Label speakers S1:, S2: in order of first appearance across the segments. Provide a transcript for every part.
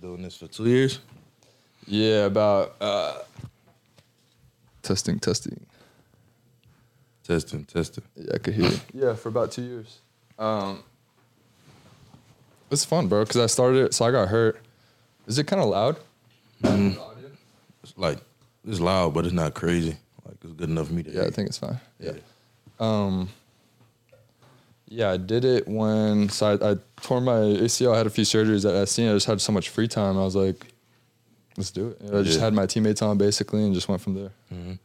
S1: doing this for two years.
S2: Yeah, about uh, testing, testing.
S1: Testing, testing.
S2: Yeah, I could hear. it. Yeah, for about two years. Um, it's fun, bro. Cause I started it, so I got hurt. Is it kind of loud?
S1: It's like it's loud, but it's not crazy. Like it's good enough for me to.
S2: Yeah,
S1: hear.
S2: I think it's fine.
S1: Yeah.
S2: Yeah, I did it when so I, I tore my ACL. I had a few surgeries at SC. I just had so much free time. I was like, let's do it. And I just
S1: Yeah.
S2: had my teammates on basically and just went from there. So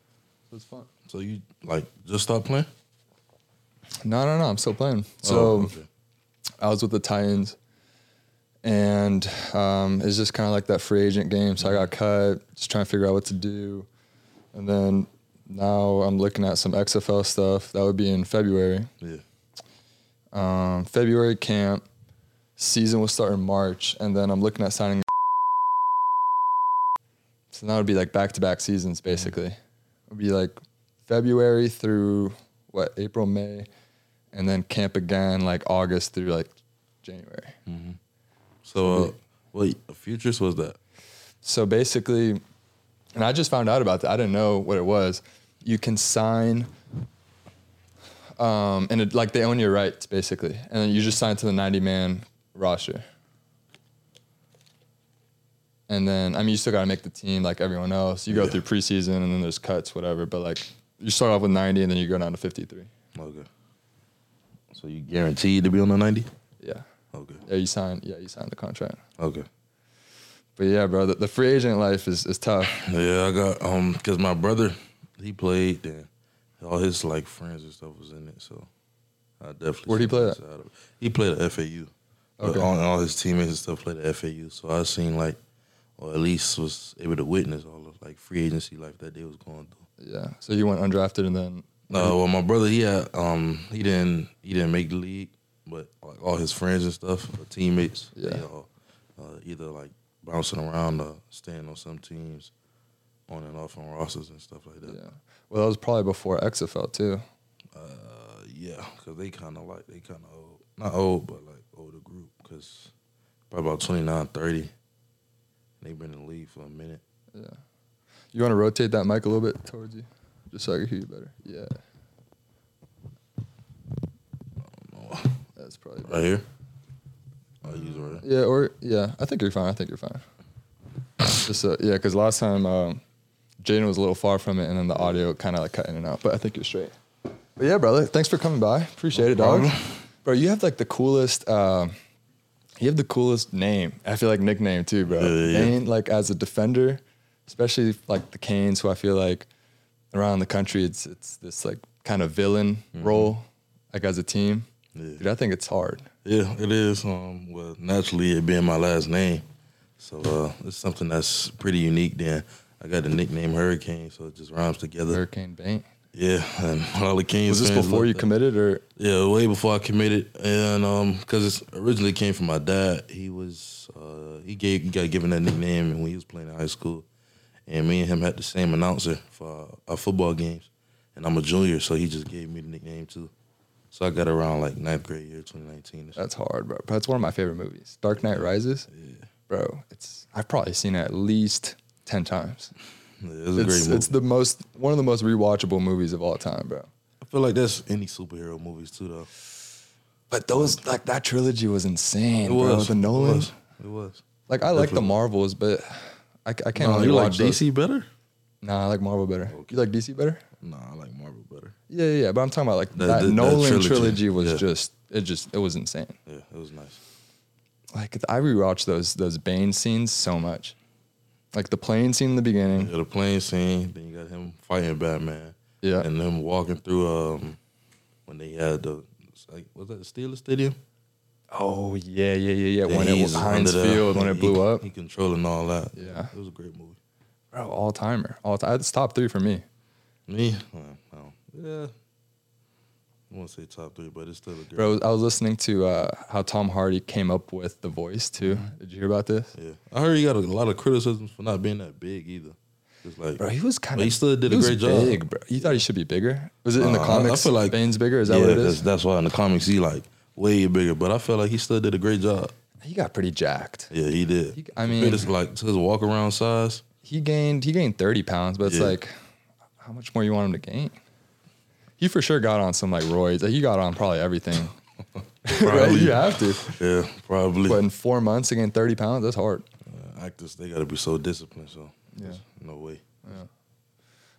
S2: it's fun.
S1: So you like just stop playing?
S2: No, no, no. I'm still playing. So um,
S1: Oh, okay.
S2: I was with the Titans, and um, it's just kind of like that free agent game. So I got cut, just trying to figure out what to do, and then now I'm looking at some XFL stuff. That would be in February.
S1: yeah.
S2: Um, February camp season will start in March, and then I'm looking at signing. So that would be like back to back seasons basically. It would be like February through what April, May, and then camp again like August through like January.
S1: So uh, wait, futures was that?
S2: So basically, and I just found out about that. I didn't know what it was. You can sign, um, and it, like they own your rights basically, and then you just sign to the ninety-man roster. And then I mean, you still got to make the team like everyone else. You go
S1: Yeah.
S2: through preseason, and then there's cuts, whatever. But like, you start off with ninety, and then you go down to fifty-three.
S1: Okay. So you guaranteed to be on the ninety?
S2: Yeah,
S1: Okay.
S2: yeah, you sign. Yeah, you sign the contract.
S1: Okay.
S2: But yeah, bro, the, the free agent life is is tough.
S1: Yeah, I got um because my brother he played and all his like friends and stuff was in it, so I definitely.
S2: Where'd he
S1: seen
S2: play
S1: that
S2: at?
S1: side of it. He played at FAU. But
S2: Okay.
S1: all, all his teammates and stuff played at FAU, so I seen like, or at least was able to witness all of like free agency life that they was going through.
S2: Yeah. So you went undrafted, and then
S1: No, well, my brother, he had, um, he didn't, he didn't make the league, but like all his friends and stuff, or teammates, yeah,
S2: Yeah.
S1: they all, uh, either like bouncing around, uh, staying on some teams, on and off on rosters and stuff like that.
S2: Yeah. Well, that was probably before XFL too.
S1: Uh, yeah, cause they kind of like they kind of old, not old, but like older group, cause probably about 29, 30. They been in the league for a minute.
S2: You want to rotate that mic a little bit towards you, just so I can hear you better. Yeah,
S1: No,
S2: that's probably. Better.
S1: Right here. I use it Oh, right here.
S2: Yeah, or yeah, I think you're fine. I think you're fine. just uh, yeah, because last time um, Jaden was a little far from it, and then the audio kind of like cut in and out. But I think you're straight. But yeah, brother, thanks for coming by. Appreciate it, dog.
S1: problem.
S2: Bro, you have like the coolest. Um, you have the coolest name. I feel like nickname too, bro.
S1: Yeah, Uh, yeah, yeah.
S2: Dane, like as a defender, especially like the Canes, who I feel like around the country, it's it's this like kind of villain role, like as a team.
S1: Mm-hmm. Yeah.
S2: Dude, I think it's hard.
S1: Yeah, it is. Um, well, naturally, it being my last name, so uh, it's something that's pretty unique. Then I got the nickname Hurricane, so it just rhymes together.
S2: Hurricane Bank.
S1: yeah, and all the Kings.
S2: Was this
S1: fans
S2: before
S1: love
S2: you
S1: that.
S2: committed, or
S1: Yeah, way before I committed, and um, because it originally came from my dad. He was uh, he gave he got given that nickname when he was playing in high school, and me and him had the same announcer for our football games, and I'm a junior, so he just gave me the nickname too. So I got around like ninth grade year, 2019.
S2: That's hard, bro. That's one of my favorite movies. Dark Knight Rises.
S1: Yeah.
S2: Bro, it's I've probably seen it at least ten times.
S1: Yeah, it was a great
S2: It's,
S1: movie.
S2: it's the most one of the most rewatchable movies of all time, bro.
S1: I feel like that's any superhero movies too, though.
S2: But those like that trilogy was
S1: It
S2: insane, bro.
S1: was
S2: The Nolan.
S1: It was. It was.
S2: Like I like the
S1: Definitely.
S2: Marvels, but I, I can't.
S1: Nah,
S2: really
S1: you like
S2: watch those.
S1: DC better?
S2: Nah, I like Marvel better.
S1: Okay.
S2: You like DC better?
S1: Nah, I like Marvel better.
S2: Yeah, yeah, yeah. But I'm talking about like
S1: The-
S2: that
S1: the- that
S2: Nolan
S1: trilogy.
S2: trilogy. was
S1: Yeah.
S2: just it just it was insane.
S1: Yeah, it was nice.
S2: Like I rewatched those those Bane scenes so much. Like the plane scene in the beginning.
S1: You got the plane scene, then you got him fighting Batman,
S2: Yeah.
S1: and them walking through um when they had the it's like was that the Steelers Stadium?
S2: Oh yeah, yeah, yeah, yeah. When
S1: Then
S2: it
S1: he's
S2: was Heinz
S1: under the-
S2: Field when it
S1: he-
S2: blew up,
S1: he controlling all that.
S2: Yeah.
S1: it was a great movie.
S2: bro, all timer, all time. It's top three for me.
S1: Me, well, I don't- yeah, I won't say top three, but it's still a great.
S2: Bro, I was listening to uh, how Tom Hardy came up with the voice too.
S1: Mm-hmm.
S2: Did you hear about this?
S1: Yeah, I heard you got a lot of criticisms for not being that big either. It's like
S2: Bro, he was kind
S1: But
S2: of.
S1: he still did a great job.
S2: Big, bro. You thought he should be bigger? Was it in the
S1: Uh, I- I
S2: comics?
S1: feel like-
S2: Bane's bigger. Is that what it
S1: that's,
S2: is?
S1: that's why in the comics he like way bigger, but I feel like he still did a great job.
S2: he got pretty jacked.
S1: Yeah, he did.
S2: He- I
S1: His
S2: mean-
S1: fitness, like to his walk around size.
S2: He gained he gained thirty pounds, but it's
S1: Yeah.
S2: like, how much more you want him to gain? He for sure got on some like roids. Like, he got on probably everything. right?
S1: Probably.
S2: You have to.
S1: Yeah, probably. Uh,
S2: But in four months to gain thirty pounds, that's hard.
S1: Actors, they got to be so disciplined. So
S2: Yeah.
S1: there's no way.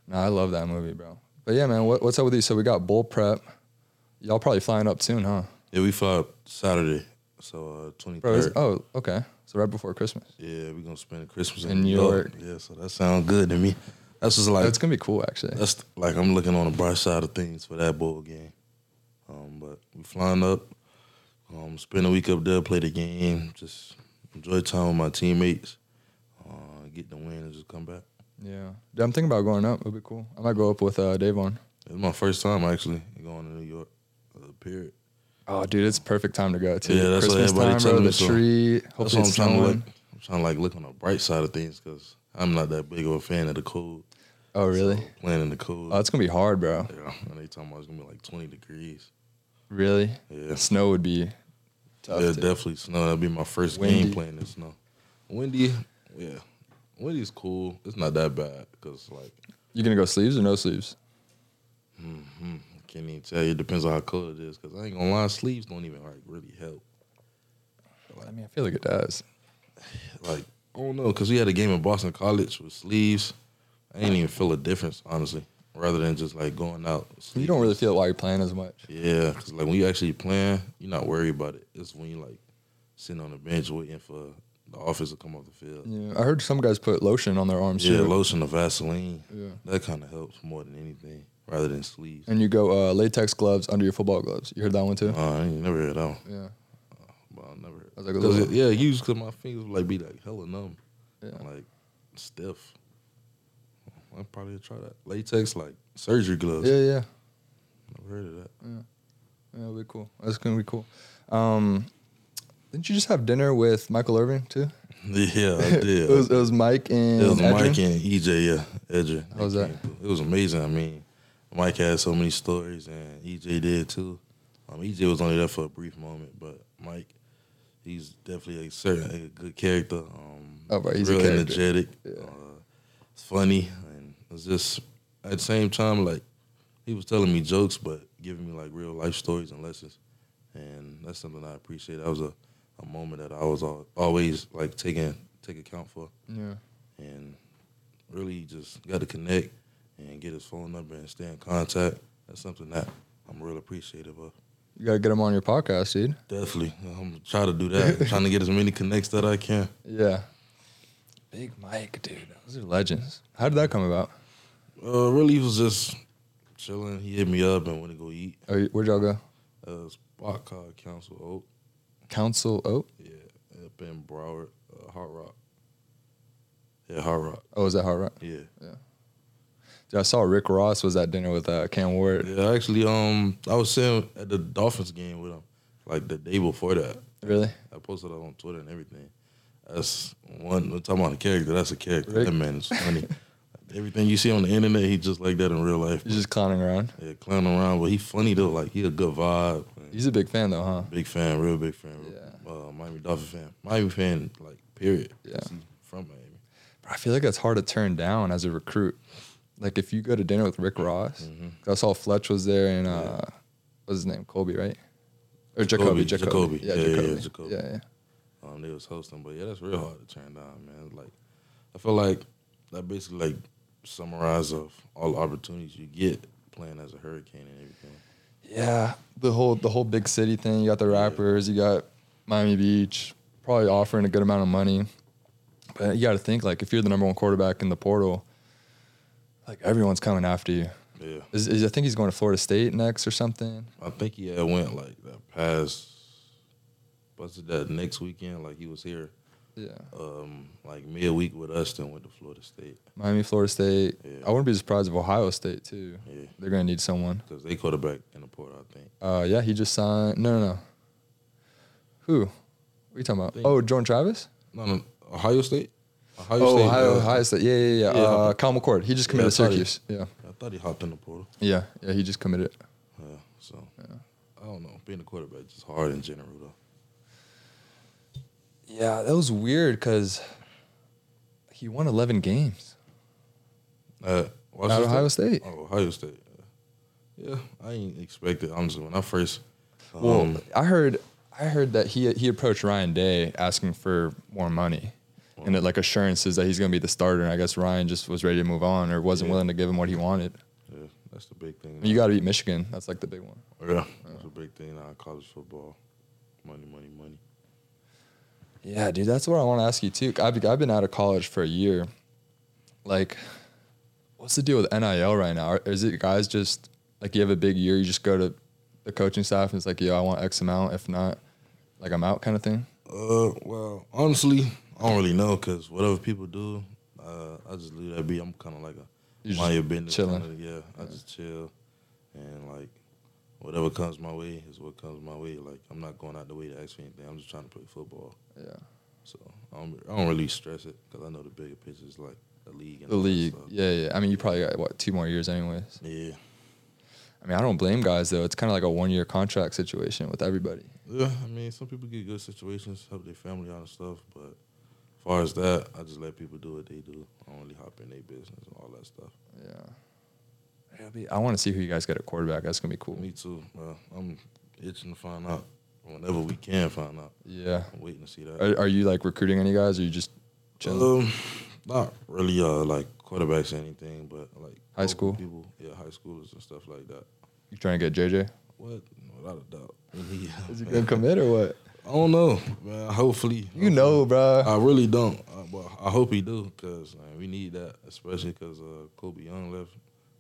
S2: No, I love that movie, bro. But yeah, man, what, what's up with you? So we got bull prep. Y'all probably flying up soon, huh?
S1: Yeah, we fly Saturday, so uh, twenty
S2: Bro, is-
S1: third.
S2: oh, okay. So right before Christmas.
S1: Yeah, we gonna spend Christmas
S2: In
S1: in
S2: New
S1: New York. Yeah, so that sounds good to me. That's just like
S2: That's gonna be cool, actually.
S1: That's like I'm looking on the bright side of things for that bowl game. Um, but we flying up, um, spend a week up there, play the game, just enjoy time with my teammates, uh, get the win, and just come back.
S2: Yeah. Dude, I'm thinking about going up. It'll be cool. I might go up with uh, Davon.
S1: It's my first time actually going to New York. Uh, period.
S2: Oh, dude, it's perfect time to go too.
S1: Yeah, that's what
S2: Christmas
S1: everybody
S2: time, bro.
S1: telling me,
S2: The
S1: so
S2: tree.
S1: That's
S2: Hopefully,
S1: what I'm
S2: it's
S1: trying to
S2: snowing.
S1: like. I'm trying to like look on the bright side of things because I'm not that big of a fan of the cold.
S2: Oh, really?
S1: Playing in the cold.
S2: Oh, it's gonna be hard, bro.
S1: yeah, and they talking about it's gonna be like 20 degrees.
S2: Really?
S1: Yeah.
S2: Snow would be tough.
S1: yeah,
S2: dude.
S1: definitely snow. That'd be my first
S2: Windy.
S1: game playing in snow. Windy, yeah, windy's cool. It's not that bad because like
S2: you gonna go sleeves or no sleeves?
S1: hmm, I can't even tell you. It depends on how cold it is. Because I ain't gonna lie, sleeves don't even like really help.
S2: I mean, I feel like it does.
S1: Like I don't know because we had a game in Boston College with sleeves. I ain't even feel a difference honestly. Rather than just like going out, with
S2: You don't
S1: sleeves.
S2: really feel it while you're playing as much.
S1: Yeah, because like when you actually playing, you're not worried about it. It's when you like sitting on the bench waiting for the office to come off the field.
S2: Yeah, I heard some guys put lotion on their arms
S1: Yeah,
S2: too.
S1: lotion or Vaseline.
S2: yeah.
S1: That kind of helps more than anything, rather than sleeves.
S2: And you go uh, latex gloves under your football gloves. You heard that one too?
S1: Uh, I ain't never heard that one.
S2: yeah.
S1: But I never heard.
S2: I was like,
S1: 'Cause
S2: "Ugh."
S1: it, yeah, used because my fingers would like be like hella numb,
S2: Yeah.
S1: and, like stiff. I probably try that latex like surgery gloves.
S2: Yeah, yeah.
S1: Never heard of that.
S2: Yeah, it'll be cool. That's gonna be cool. Um, didn't you just have dinner with Michael Irving too?
S1: Yeah, I did.
S2: it, was, it was Mike and
S1: It was Mike
S2: Edrin?
S1: and EJ, yeah, Edger.
S2: How was that?
S1: It was amazing. I mean, Mike had so many stories, and EJ did too. Um, EJ was only there for a brief moment, but Mike, he's definitely a certain a good character. Um,
S2: Oh, bro, he's a
S1: real
S2: character.
S1: energetic,
S2: Yeah.
S1: uh, funny, and it's just at the same time like he was telling me jokes, but giving me like real life stories and lessons, and that's something I appreciate. That was a, a moment that I was al- always like taking take account for
S2: Yeah,
S1: and really just got to connect and get his phone number and stay in contact. That's something that I'm real appreciative of.
S2: you gotta get him on your podcast, dude.
S1: Definitely, I'm gonna try to do that. trying to get as many connects that I can.
S2: Yeah, Big Mike, dude. Those are legends. How did that come about?
S1: Uh, really, he was just chilling. He hit me up and went to go eat.
S2: Oh, you- where'd y'all go?
S1: at a spot called Council Oak,
S2: Council Oak.
S1: yeah, up in Broward, uh, Hard Rock. Yeah, Hard Rock.
S2: Oh, is that Hard Rock?
S1: Yeah,
S2: Dude, I saw Rick Ross was at dinner with uh, Cam Ward.
S1: yeah. Actually, um, I was sitting at the Dolphins game with him, like the day before that.
S2: Really?
S1: I posted that on Twitter and everything. That's one. We're talking about a character. That's a character.
S2: Rick-
S1: That man is funny. everything you see on the internet, he just like that in real life.
S2: He's just clowning around.
S1: Yeah, clowning around, but he funny though. Like he a good vibe. man.
S2: He's a big fan though, huh?
S1: Big fan, real big fan. real-
S2: Yeah.
S1: Uh, Miami Dolphin fan. Miami fan, like period.
S2: Yeah.
S1: He's From Miami.
S2: Bro, I feel like that's hard to turn down as a recruit. Like if you go to dinner with Rick Ross,
S1: Mm-hmm.
S2: I saw Fletch was there and uh, what's his name, Kobe, right? Or Jacoby,
S1: Jacoby,
S2: Jacoby,
S1: Jacoby. Yeah, yeah, yeah, Jacoby.
S2: yeah, yeah.
S1: Um, they was hosting, but yeah, that's real hard to turn down, man. Like, I feel like that basically like summarize of all the opportunities you get playing as a Hurricane and everything.
S2: Yeah, the whole the whole big city thing. You got the rappers, you got Miami Beach, probably offering a good amount of money. But you got to think like if you're the number one quarterback in the portal, like everyone's coming after you.
S1: Yeah.
S2: Is, is I think he's going to Florida State next or something.
S1: I think he had went like that past was it that next weekend, like he was here
S2: Yeah,
S1: um like midweek with us then went to Florida State.
S2: Miami, Florida State.
S1: Yeah.
S2: I wouldn't be surprised if Ohio State too.
S1: Yeah.
S2: They're going to need someone.
S1: Because they quarterback in the port, I think.
S2: Uh, yeah, he just signed. No, no, no. Who? What are you talking about?
S1: Think-
S2: Oh, Jordan Travis.
S1: No no Ohio State? Ohio
S2: oh,
S1: State.
S2: Ohio,
S1: uh,
S2: Ohio State. Yeah, yeah, yeah.
S1: Yeah.
S2: uh, Kyle McCord. He just committed to
S1: Yeah, I thought he-
S2: Syracuse. Yeah.
S1: I thought he hopped in the portal.
S2: Yeah, yeah, he just committed.
S1: Yeah. So I don't know. Being a quarterback is just hard in general though.
S2: Yeah, that was weird because he won 11 games
S1: Uh,
S2: at
S1: Washington-
S2: Ohio State.
S1: Oh, Ohio State. Yeah, I ain't expect it. Honestly, when I first, um,
S2: Well, I heard I heard that he he approached Ryan Day asking for more money and that, like assurances that he's going to be the starter. And I guess Ryan just was ready to move on or wasn't
S1: Yeah.
S2: willing to give him what he wanted.
S1: yeah, that's the big thing.
S2: You got to beat Michigan. That's like the big one.
S1: Oh, yeah, that's the big thing now. in College football, money, money, money.
S2: Yeah, dude, that's what I want to ask you too. I've I've been out of college for a year. Like, what's the deal with NIL right now? Are- Is it guys just like you have a big year, you just go to the coaching staff and it's like, yo, I want X amount. If not, like I'm out, kind of thing.
S1: Uh, well, honestly, I don't really know because whatever people do, uh, I just leave that be. I'm kind of like a
S2: You just
S1: mind your business.
S2: chilling.
S1: Kinda, yeah, I just chill and like whatever comes my way is what comes my way. Like I'm not going out the way to ask for anything. I'm just trying to play football.
S2: Yeah.
S1: So I don't, I don't really stress it because I know the bigger picture is like the league. And
S2: The
S1: all that
S2: league,
S1: stuff.
S2: yeah, yeah. I mean, you probably got what two more years, anyways.
S1: Yeah.
S2: I mean, I don't blame guys though. It's kind of like a one-year contract situation with everybody.
S1: Yeah, I mean, some people get good situations, help their family out and stuff, but as far as that, I just let people do what they do. I don't really hop in their business and all that stuff.
S2: Yeah. It'll be, I want to see who you guys get at quarterback. That's gonna be cool.
S1: Me too, bro. I'm itching to find out whenever we can find out.
S2: Yeah.
S1: I'm waiting to see that.
S2: Are, are you like recruiting any guys, or you just chilling?
S1: Um, not really uh like quarterbacks or anything, but like
S2: High
S1: local
S2: school?
S1: people, yeah, high schoolers and stuff like that.
S2: You trying to get JJ?
S1: What? Without a doubt. Yeah,
S2: Is he
S1: man.
S2: gonna commit or what?
S1: I don't know, man. Hopefully,
S2: You know, bro.
S1: I really don't, uh, but I hope he do because like, we need that, especially because uh, Kobe Young left.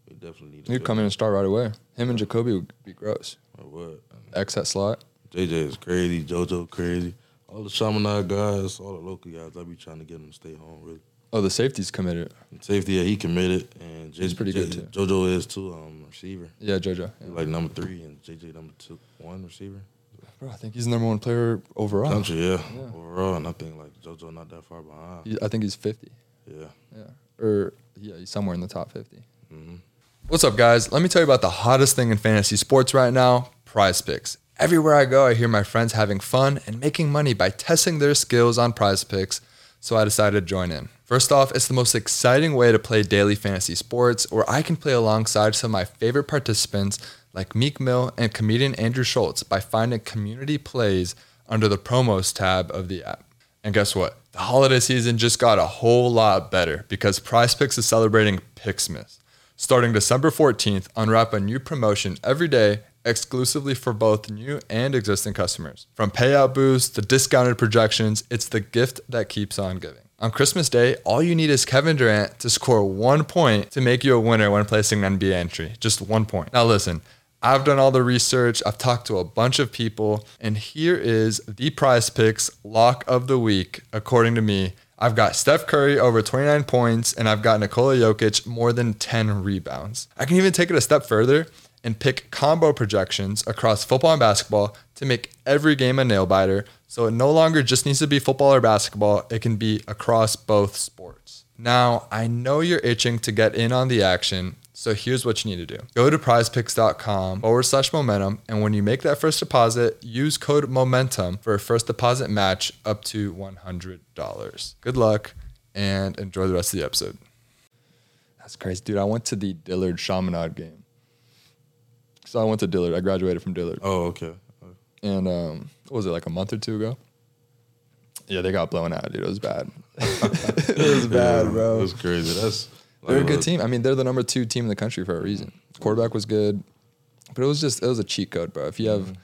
S1: We definitely need. a
S2: He'd
S1: good-
S2: come in and start right away. Him and Jacoby would be gross.
S1: My word. And
S2: X that slot.
S1: JJ is crazy. JoJo crazy. All the Chaminade guys, all the local guys, I be trying to get them to stay home. Really,
S2: Oh, the safety's committed.
S1: and safety. Yeah, he committed, and JJ,
S2: He's pretty good,
S1: J- JoJo is too. Um, receiver,
S2: Yeah, JoJo.
S1: He's like number three, and JJ number two, one receiver.
S2: Bro, I think he's the number one player overall.
S1: Country, yeah,
S2: Yeah.
S1: overall, and I think like JoJo not that far behind.
S2: He- I think he's 50.
S1: Yeah.
S2: Or, yeah, he's somewhere in the top 50.
S1: hmm
S2: What's up, guys? Let me tell you about the hottest thing in fantasy sports right now prize picks. Everywhere I go, I hear my friends having fun and making money by testing their skills on prize picks, so I decided to join in. First off, it's the most exciting way to play daily fantasy sports where I can play alongside some of my favorite participants like Meek Mill and comedian Andrew Schultz by finding community plays under the promos tab of the app. And guess what? The holiday season just got a whole lot better because Prize Picks is celebrating Pixmas. Starting December 14th, unwrap a new promotion every day exclusively for both new and existing customers. From payout boosts to discounted projections, it's the gift that keeps on giving. On Christmas Day, all you need is Kevin Durant to score one point to make you a winner when placing an NBA entry. Just one point. Now, listen, I've done all the research, I've talked to a bunch of people, and here is the prize picks lock of the week, according to me. I've got Steph Curry over 29 points, and I've got Nikola Jokic more than 10 rebounds. I can even take it a step further and pick combo projections across football and basketball to make every game a nail biter. So it no longer just needs to be football or basketball, it can be across both sports. Now, I know you're itching to get in on the action, so here's what you need to do go to prizepicks.com forward slash momentum, and when you make that first deposit, use code momentum for a first deposit match up to $100. Good luck and enjoy the rest of the episode. That's crazy, dude. I went to the Dillard Chaminade game. So I went to Dillard. I graduated from Dillard
S1: Oh, okay. Uh,
S2: and um, what was it like a month or two ago? Yeah, they got blown out, dude. It was bad. it was bad,
S1: yeah,
S2: bro.
S1: That's crazy. That's
S2: they're a
S1: like,
S2: good
S1: uh,
S2: team. I mean, they're the number two team in the country for a reason. Quarterback was good, but it was just it was a cheat code, bro. If you have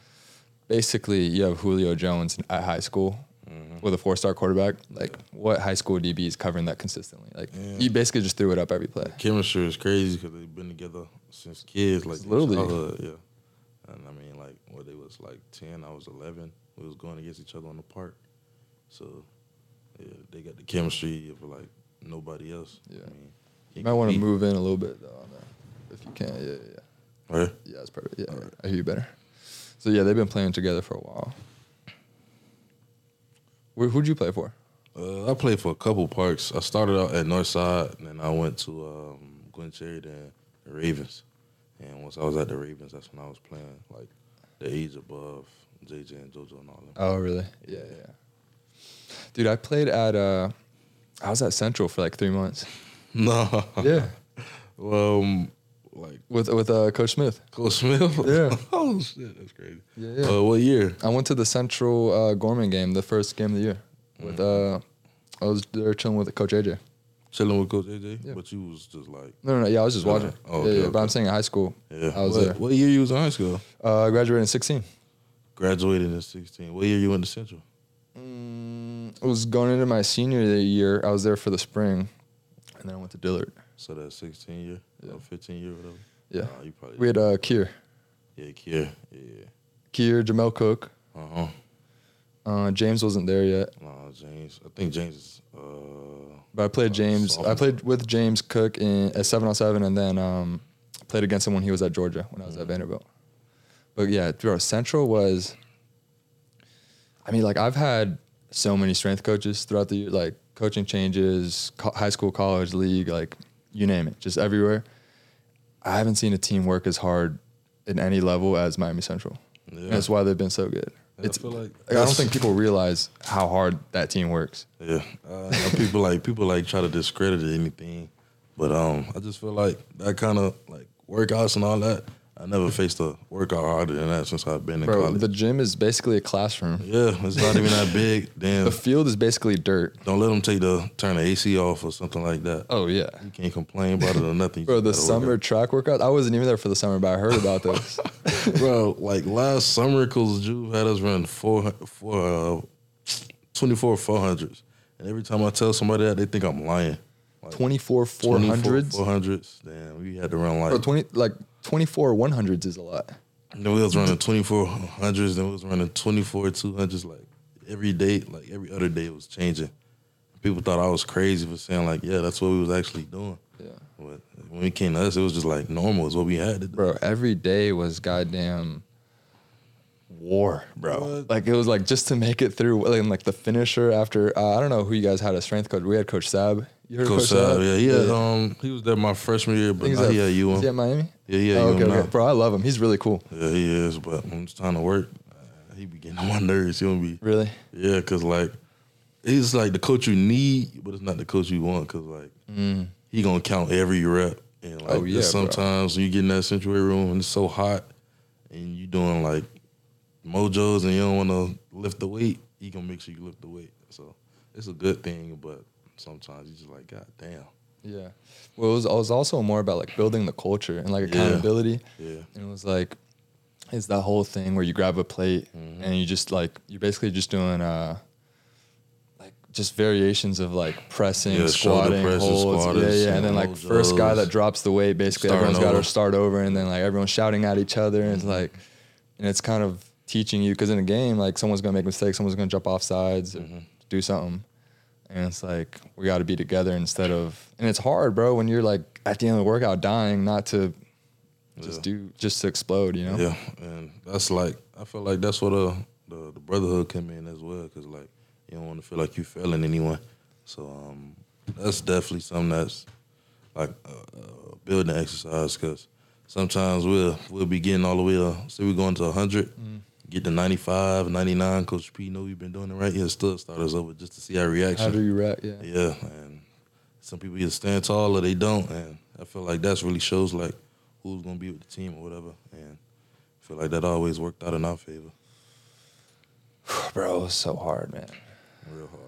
S2: basically you have Julio Jones at high school
S1: Mm-hmm.
S2: with a four star quarterback, like what high school DB is covering that consistently? Like
S1: Yeah.
S2: you basically just threw it up every play.
S1: chemistry is crazy because they've been together since kids, like
S2: It's Little League.
S1: childhood, yeah. And I mean, like when they was like ten, I was eleven. We was going against each other on the park, so yeah, they got the chemistry of like nobody else.
S2: Yeah.
S1: I mean,
S2: You might want to move in a little bit though, on that, if you can. Yeah, yeah, yeah.
S1: Right?
S2: Yeah, that's perfect. Yeah, I hear you better. So yeah, they've been playing together for a while. Where, who'd you play for?
S1: Uh, I played for a couple parks. I started out at Northside, and then I went to um, Glen Cherry, then the Ravens. And once I was at the Ravens, that's when I was playing like the age above JJ and JoJo and all them.
S2: Oh, really? Yeah, yeah. Dude, I played at uh, I was at Central for like three months.
S1: No.
S2: Yeah,
S1: Well, um, like
S2: with with uh, Coach Smith.
S1: Cole Smith.
S2: Yeah.
S1: oh shit, that's crazy.
S2: Yeah, yeah.
S1: Uh, what year?
S2: I went to the Central uh, Gorman game, the first game of the year. With
S1: Mm.
S2: uh, I was there chilling with Coach AJ.
S1: Chilling with Coach AJ,
S2: Yeah.
S1: but you was just like,
S2: No, no, no. Yeah, I was just
S1: Oh,
S2: watching.
S1: oh,
S2: yeah,
S1: okay,
S2: yeah, But
S1: okay.
S2: I'm saying in high school,
S1: yeah.
S2: I was
S1: what,
S2: there.
S1: What year you was in high school?
S2: uh, I graduated in 16.
S1: Graduated in sixteen. What year you went to Central?
S2: Mm, it was going into my senior year. I was there for the spring, and then I went to Dillard.
S1: So that sixteen year,
S2: Yeah.
S1: or fifteen year, whatever.
S2: Yeah.
S1: Nah, you probably
S2: We had uh, Kier,
S1: yeah, Kier. Yeah.
S2: Kier, Jamel Cook.
S1: Uh huh.
S2: Uh, James wasn't there yet,
S1: No, James. I think James is. Uh,
S2: but I played
S1: Uh,
S2: James. I
S1: sophomore.
S2: played with James Cook in at seven on seven, and then um, played against him when he was at Georgia when I was at
S1: Mhm.
S2: Vanderbilt. But yeah, bro, Central was. I mean, like I've had so many strength coaches throughout the year, like coaching changes, co- high school, college, league, like you name it, just everywhere. I haven't seen a team work as hard in any level as Miami Central.
S1: yeah.
S2: That's why they've been so good.
S1: Yeah,
S2: It's,
S1: I feel like
S2: I don't think people realize how hard that team works.
S1: Yeah, uh, you know, people like people like try to discredit it, anything, but um, I just feel like that kind of like workouts and all that. I never faced a workout harder than that since I've been in
S2: Bro,
S1: college.
S2: the gym is basically a classroom.
S1: yeah, it's not even that big. Damn,
S2: The field is basically dirt.
S1: don't let them take the turn the AC off or something like that.
S2: Oh yeah.
S1: You can't complain about it or nothing. You
S2: Bro, the
S1: just gotta
S2: summer
S1: work
S2: track workout. I wasn't even there for the summer, but I heard about this.
S1: out. bro, like last summer, Coach Juve had us run four hun- four uh, twenty four four hundreds, and every time I tell somebody that, they think I'm lying.
S2: 24 400s.
S1: four hundreds. Damn, we had to run like
S2: Bro, 20 like 24 100s is a lot.
S1: Then we was running twenty four hundreds. Then we was running twenty four two hundreds. Like every day, like every other day, it was changing. People thought I was crazy for saying like, yeah, that's what we was actually doing.
S2: Yeah.
S1: But when we came to us, it was just like normal is what we had to do.
S2: Bro, every day was goddamn war, bro.
S1: What?
S2: Like it was like just to make it through like, and like the finisher after uh, I don't know who you guys had as strength coach. We had coach Sab. You heard of
S1: Coach Saab, yeah, he had,
S2: Yeah.
S1: um, he was there my freshman year,
S2: I
S1: but
S2: think he's
S1: now
S2: at-
S1: he at
S2: Is
S1: UM.
S2: he at Miami?
S1: Yeah, yeah,
S2: Oh, okay,
S1: UM
S2: okay.
S1: now.
S2: Bro, I love him. He's really cool.
S1: Yeah, he is. But when it's time to work, uh, he be getting on my nerves. He don't be
S2: Really?
S1: yeah, cause like he's like the coach you need, but it's not the coach you want. Cause like
S2: Mm.
S1: he gonna count every rep. And like
S2: Oh, yeah,
S1: there's sometimes you get in that sanctuary room and it's so hot and you doing like mojos and you don't wanna lift the weight, he gonna make sure you lift the weight. So it's a good thing, but sometimes you just like, God damn.
S2: Yeah. Well, it was, it was also more about like building the culture and like
S1: Yeah.
S2: accountability.
S1: Yeah.
S2: And it was like, it's that whole thing where you grab a plate
S1: mm-hmm.
S2: and you just like, you're basically just doing, uh, like just variations of like pressing,
S1: Yeah, shoulder
S2: squatting,
S1: presses,
S2: holds,
S1: squatters,
S2: yeah, yeah, and then like first guy
S1: mojos.
S2: that drops the weight, basically
S1: Starting
S2: everyone's got
S1: over. Mm-hmm.
S2: to start over, and then like everyone's shouting at each other, and it's like, and it's kind of teaching you because in a game, like someone's gonna make mistakes, someone's gonna jump off sides, or
S1: Mm-hmm.
S2: do something, and it's like we got to be together instead of, and it's hard, bro, when you're like at the end of the workout dying, not to just
S1: Yeah.
S2: do just to explode, you know?
S1: Yeah, and that's like I feel like that's what uh, the the brotherhood come in as well, cause like you don't want to feel like you failing anyone. So um, that's definitely something that's like a, a building exercise, cause sometimes we'll we'll be getting all the way to say we're going to 100,
S2: Mm.
S1: get to 95, 99. Coach P know we've been doing it right. He'll still start us over just to see our reaction.
S2: How do you react? Yeah.
S1: Yeah, and some people either stand tall or they don't, and I feel like that's really shows like who's gonna be with the team or whatever, and I feel like that always worked out in our favor,
S2: Bro, it was so hard, man.
S1: real hard.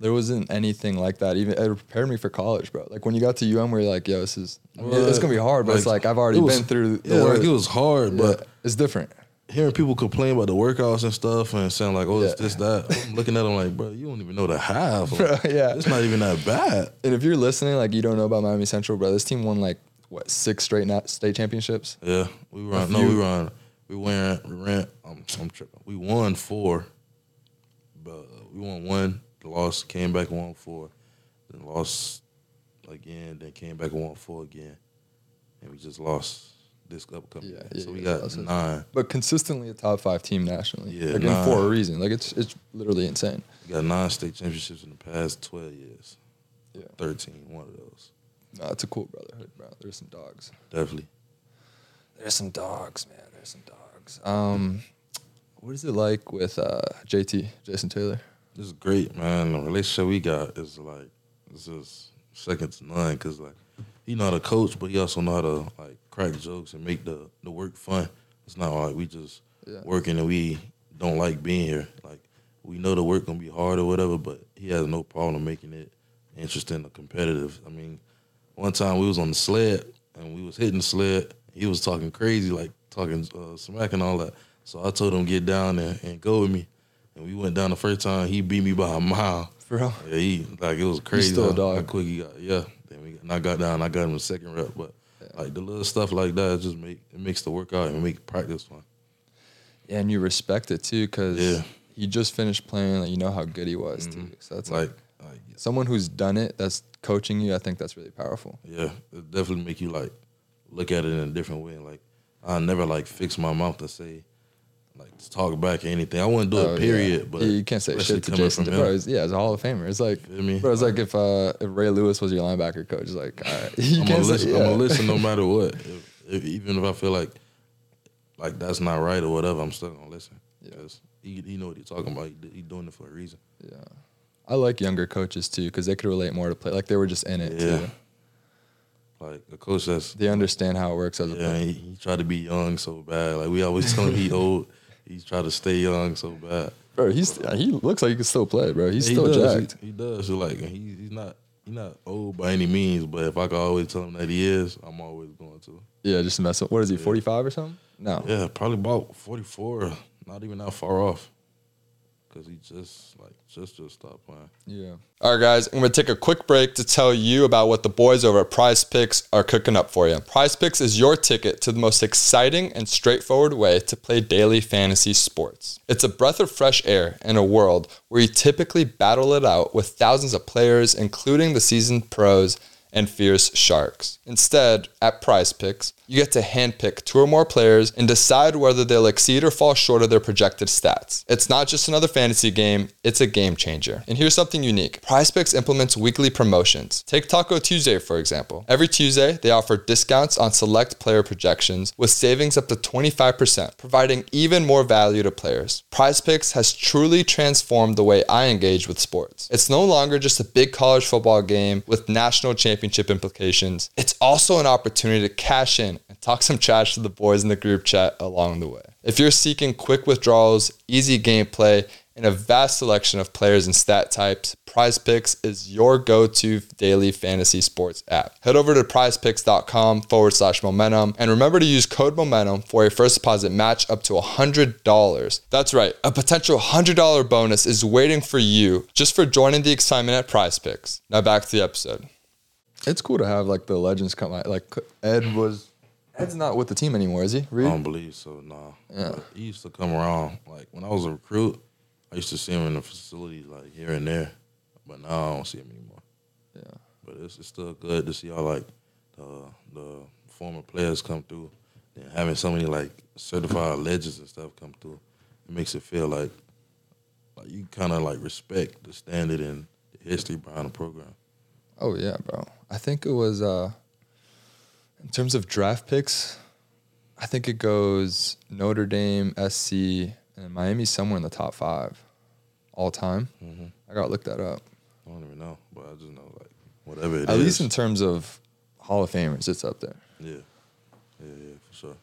S2: There wasn't anything like that. Even it prepared me for college, bro. Like when you got to UM, we are like, yo, this is I mean,
S1: Well,
S2: it's gonna be hard, but it's
S1: like,
S2: like I've already
S1: it was-
S2: been through the
S1: Yeah,
S2: work.
S1: like it was hard,
S2: Yeah,
S1: but
S2: it's different.
S1: hearing people complain about the workouts and stuff and saying like, "Oh, it's
S2: Yeah.
S1: this that," I'm looking at them like, "Bro, you don't even know the half.
S2: Bro,
S1: Like,
S2: yeah.
S1: it's not even that bad."
S2: And if you're listening, like you don't know about Miami Central, bro, this team won like what six straight na- state championships.
S1: Yeah, we were
S2: A
S1: on. No,
S2: few-
S1: we were on. We went. We ran. I'm, I'm tripping. We won four, but we won one. Lost. Came back and won four. Then lost again. Then came back and won four again, and we just lost this upcoming.
S2: Yeah,
S1: game.
S2: yeah,
S1: so we
S2: yeah,
S1: got
S2: losses.
S1: nine.
S2: But consistently a top five team nationally.
S1: Yeah,
S2: like
S1: nah.
S2: and for a reason. Like it's it's literally insane.
S1: We got nine state championships in the past twelve years.
S2: Yeah.
S1: Thirteen. One of those.
S2: Nah, it's a cool brotherhood, bro. There's some dogs.
S1: Definitely.
S2: There's some dogs, man. There's some dogs. Um, what is it like with uh, JT Jason Taylor?
S1: It's great, man. The relationship we got is like it's just second to none. Cause like he know how to coach, but he also know how to like crack jokes and make the the work fun. It's not like we just
S2: Yeah.
S1: working and we don't like being here. Like we know the work gonna be hard or whatever, but he has no problem making it interesting or competitive. I mean, one time we was on the sled and we was hitting the sled. He was talking crazy, like talking uh, smack and all that. So I told him get down there and go with me. And we went down the first time. He beat me by a mile.
S2: For real.
S1: Yeah, he like it was crazy.
S2: still a
S1: how,
S2: dog.
S1: How quick he got. Yeah. Then we got, and I got down. I got him the second rep. But like the little stuff like that, it just make it makes the workout and make practice fun.
S2: and you respect it too because
S1: Yeah.
S2: you just finished playing like you know how good he was too so that's
S1: It's
S2: like,
S1: like, like
S2: someone who's done it that's coaching you i think that's really powerful
S1: yeah, it definitely make you like look at it in a different way. Like I never like fix my mouth to say like to talk back or anything. I wouldn't do
S2: Oh, yeah.
S1: it. Period. But
S2: yeah, you can't say
S1: especially
S2: shit to
S1: coming
S2: jason
S1: from
S2: DeBro.
S1: him.
S2: He's- yeah he's a hall of famer it's like
S1: Feel me?
S2: bro it's like if uh if ray lewis was your linebacker coach it's like all right you
S1: I'm
S2: can't
S1: gonna
S2: say-
S1: listen. I'm
S2: yeah.
S1: gonna listen no matter what. If, if, even if I feel like like that's not right or whatever, I'm still gonna listen.
S2: Yeah.
S1: Yes, he, he know what he's talking about. He, do- he doing it for a reason.
S2: yeah i like younger coaches too because they could relate more to play like they were just in it
S1: Yeah.
S2: too
S1: Like a coach that's
S2: they understand how it works as a
S1: yeah,
S2: player
S1: he, he tried to be young so bad. Like we always tell him he old. He's trying to stay young so bad.
S2: bro he's he looks like he can still play bro he's
S1: He
S2: still
S1: does.
S2: jacked
S1: He, he does. So like he, he's not he's not old by any means. But if I could always tell him that he is, I'm always going to.
S2: yeah just mess up what is he
S1: Yeah.
S2: 45 or something no
S1: Yeah, probably about 44. Not even that far off. Cause he just like just just stopped playing.
S2: Yeah. All right, guys, I'm going to take a quick break to tell you about what the boys over at Prize Picks are cooking up for you. Prize Picks is your ticket to the most exciting and straightforward way to play daily fantasy sports. It's a breath of fresh air in a world where you typically battle it out with thousands of players, including the seasoned pros and fierce sharks. Instead, at Prize Picks, you get to handpick two or more players and decide whether they'll exceed or fall short of their projected stats. It's not just another fantasy game, it's a game changer. And here's something unique. Prize Picks implements weekly promotions. Take Taco Tuesday, for example. Every Tuesday, they offer discounts on select player projections with savings up to 25%, providing even more value to players. Prize Picks has truly transformed the way I engage with sports. It's no longer just a big college football game with national championship implications. It's also an opportunity to cash in and talk some trash to the boys in the group chat along the way. If you're seeking quick withdrawals, easy gameplay, and a vast selection of players and stat types, Prize Picks is your go to daily fantasy sports app. Head over to prizepicks.com forward slash momentum and remember to use code momentum for a first deposit match up to $100. That's right, a potential $100 bonus is waiting for you just for joining the excitement at Prize Picks. Now back to the episode. It's cool to have like the legends come out. Like Ed was, Ed's not with the team anymore, is he? Reed?
S1: I don't believe so. Nah.
S2: Yeah.
S1: But he used to come around. Like when I was a recruit, I used to see him in the facilities, like here and there. But now I don't see him anymore.
S2: Yeah.
S1: But it's, it's still good to see how like the the former players come through, and having so many like certified legends and stuff come through. It makes it feel like like you kind of like respect the standard and the history behind the program.
S2: Oh yeah, bro. I think it was uh in terms of draft picks, I think it goes Notre Dame, SC, and Miami somewhere in the top five all time.
S1: Mhm.
S2: I gotta look that up.
S1: I don't even know, but I just know like whatever it is.
S2: At least in terms of Hall of Famers, it's up there.
S1: yeah, yeah, yeah, for sure.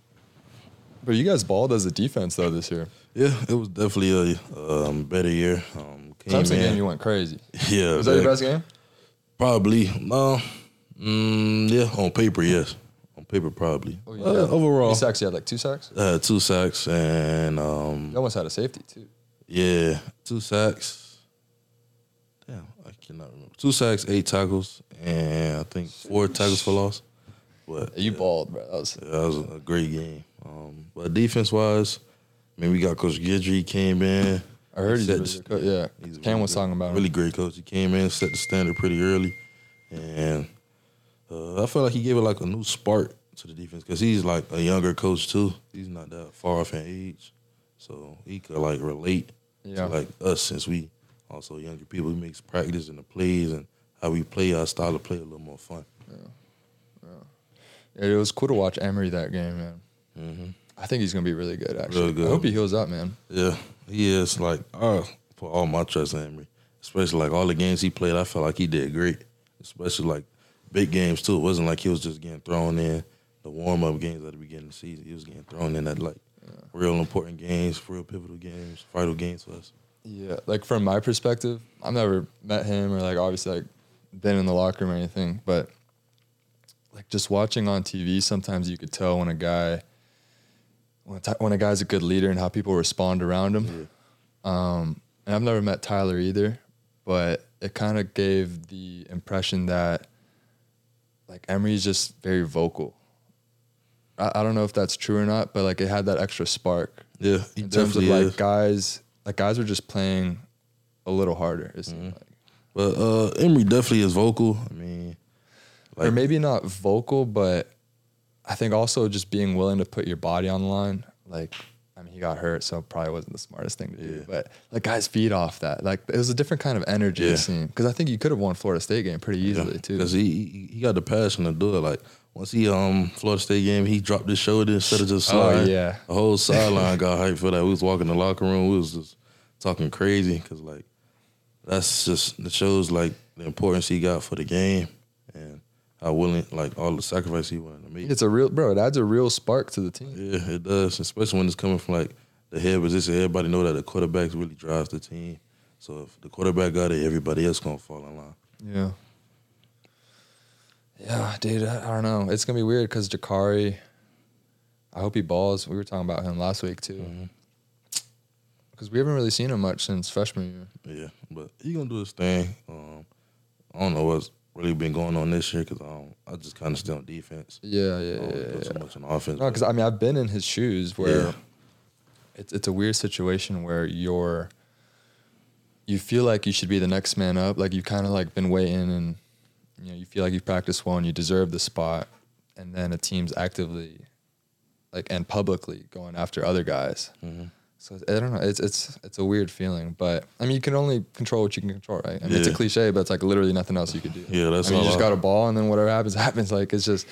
S2: But you guys balled as a defense though this year.
S1: Yeah, it was definitely a um, better year. Um, came
S2: Clemson
S1: in,
S2: game, you went crazy.
S1: yeah,
S2: Was that your
S1: yeah,
S2: best game?
S1: Probably no, mm, yeah, on paper, yes, on paper, probably.
S2: Oh, yeah.
S1: Uh, overall,
S2: You sacks, you had like two sacks.
S1: Uh, two sacks and um,
S2: You almost had a safety too.
S1: yeah, two sacks. Damn, I cannot remember. Two sacks, eight tackles, and I think four tackles for loss. But
S2: You balled, bro. That was
S1: yeah, that was a great game. Um, but defense wise, I mean, we got Coach Guidry came in.
S2: I heard
S1: He
S2: he's
S1: set
S2: really
S1: the-
S2: good. Yeah.
S1: He's a
S2: Cam
S1: really
S2: was
S1: good-
S2: talking about him.
S1: really great coach. He came in, set the standard pretty early, and uh, I felt like he gave it like a new spark to the defense because he's like a younger coach too. He's not that far off in age, so he could like relate to
S2: Yeah.
S1: like us since we also younger people. He makes practice and the plays and how we play our style of play a little more fun.
S2: It was cool to watch Emery that game, man.
S1: Mhm.
S2: I think he's gonna be really good. Actually,
S1: Really good.
S2: I hope he heals up, man.
S1: Yeah, he is like our put all my trust in Emery. Especially like all the games he played, I felt like he did great. Especially like big games too. It wasn't like he was just getting thrown in the warm up games at the beginning of the season. He was getting thrown in at like real important games, real pivotal games, vital games for us.
S2: Yeah, like from my perspective, I've never met him or like obviously like been in the locker room or anything, but like just watching on TV, sometimes you could tell when a guy when a, ti- when a guy's a good leader and how people respond around him. Um, and I've never met Tyler either, but it kind of gave the impression that like Emery's just very vocal. I, I don't know if that's true or not, but like it had that extra spark
S1: Yeah, he
S2: in terms of
S1: definitely
S2: like
S1: is.
S2: guys, like guys are just playing a little harder. It seemed like.
S1: But uh, Emery definitely is vocal. I mean,
S2: or
S1: Like-
S2: maybe not vocal, but I think also just being willing to put your body on the line. Like, I mean, he got hurt, so probably wasn't the smartest thing to do.
S1: Yeah.
S2: But like, guys feed off that. Like, it was a different kind of energy
S1: Yeah.
S2: it seemed. Because I think you could have won Florida State game pretty easily too.
S1: Because he, he he got the passion to do it. Like once he um Florida State game, he dropped his shoulder instead of just
S2: Oh,
S1: sliding.
S2: yeah.
S1: the whole sideline got hyped for that. We was walking the locker room, we was just talking crazy because like that's just it shows like the importance he got for the game and how willing like all the sacrifice he wanted to make.
S2: It's a real bro. It adds a real spark to the team.
S1: Yeah, it does, especially when it's coming from like the head position. Everybody know that the quarterback really drives the team. So if the quarterback got it, everybody else gonna fall in line.
S2: Yeah. Yeah, dude. I, I don't know. It's gonna be weird because Jakari. I hope he balls. We were talking about him last week too.
S1: Mhm.
S2: Because we haven't really seen him much since freshman year.
S1: Yeah, but he gonna do his thing. Um, I don't know what's really been going on this year because I don't. I just kind of stay on defense.
S2: Yeah, yeah,
S1: I don't
S2: yeah.
S1: do too much on offense.
S2: No,
S1: but
S2: because I mean I've been in his shoes where
S1: Yeah.
S2: it's it's a weird situation where you're you feel like you should be the next man up. Like you've kind of like been waiting and you know, you feel like you practiced well and you deserve the spot and then a team's actively like and publicly going after other guys.
S1: Mhm.
S2: So I don't know. It's it's it's a weird feeling, but I mean you can only control what you can control, right? I mean it's a
S1: Yeah.
S2: cliche, but it's like literally nothing else you could do.
S1: Yeah, that's
S2: I mean, you
S1: all
S2: just
S1: I-
S2: got a ball, and then whatever happens, happens. Like it's just,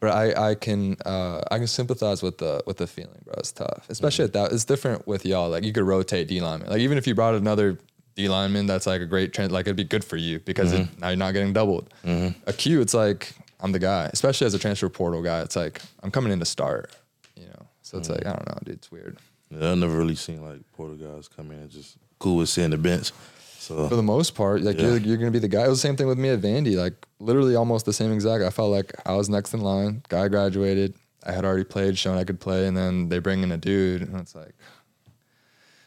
S2: but I I can uh, I can sympathize with the with the feeling, bro. It's tough, especially at that. It's different with y'all. Like you could rotate D lineman. Like even if you brought another D lineman, that's like a great trend. Like it'd be good for you because
S1: Mm-hmm.
S2: it, now you're not getting doubled. A Q, it's like I'm the guy, especially as a transfer portal guy. It's like I'm coming in to start, you know. So it's
S1: Mm-hmm.
S2: like I don't know, dude. It's weird
S1: yeah, I never really seen like Porter guys come in and just cool with sitting the bench. So
S2: for the most part. Like
S1: Yeah.
S2: you're you're gonna be the guy. It was the same thing with me at Vandy. Like literally almost the same exact. I felt like I was next in line. Guy graduated. I had already played, shown I could play, and then they bring in a dude, and it's like,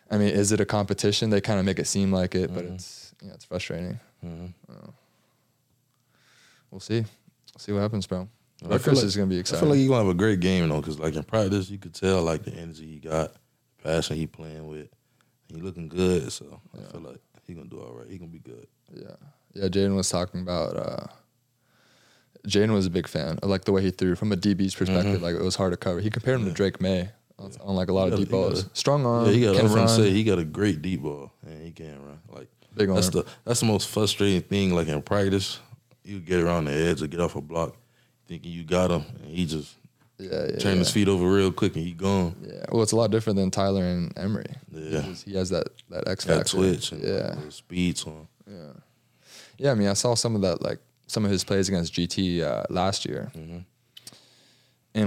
S2: I mean, is it a competition? They kind of make it seem like it,
S1: Mm.
S2: but it's yeah, it's frustrating.
S1: mhm.
S2: We'll see. We'll see what happens, bro.
S1: I feel
S2: Rutgers
S1: like-
S2: is gonna be
S1: I
S2: exciting.
S1: feel like he's gonna have a great game though, because like in practice, you could tell like the energy he got, the passion he playing with. He looking good, so I feel like he gonna do all right. He gonna be good.
S2: Yeah. Yeah, Jaden was talking about uh Jaden was a big fan of like the way he threw from a DB's perspective, like it was hard to cover. He compared him to Drake May on, on, like a lot
S1: Mm-hmm. He got a- he got
S2: of deep balls.
S1: a-
S2: Strong arm,
S1: yeah, he got. I
S2: can
S1: was
S2: run,
S1: gonna say he got a great deep ball and he can run. Like
S2: big arm.
S1: That's the that's the most frustrating thing. Like in practice, you get around the edge or get off a block, thinking you got him, and he just
S2: yeah, yeah,
S1: turn
S2: yeah.
S1: his feet over real quick and he gone.
S2: Yeah. Well, it's a lot different than Tyler and Emery.
S1: Yeah,
S2: Because He has that that X
S1: got
S2: factor.
S1: twitch and
S2: yeah.
S1: little speed to him.
S2: Yeah. Yeah, I mean, I saw some of that, like some of his plays against GT uh, last year. And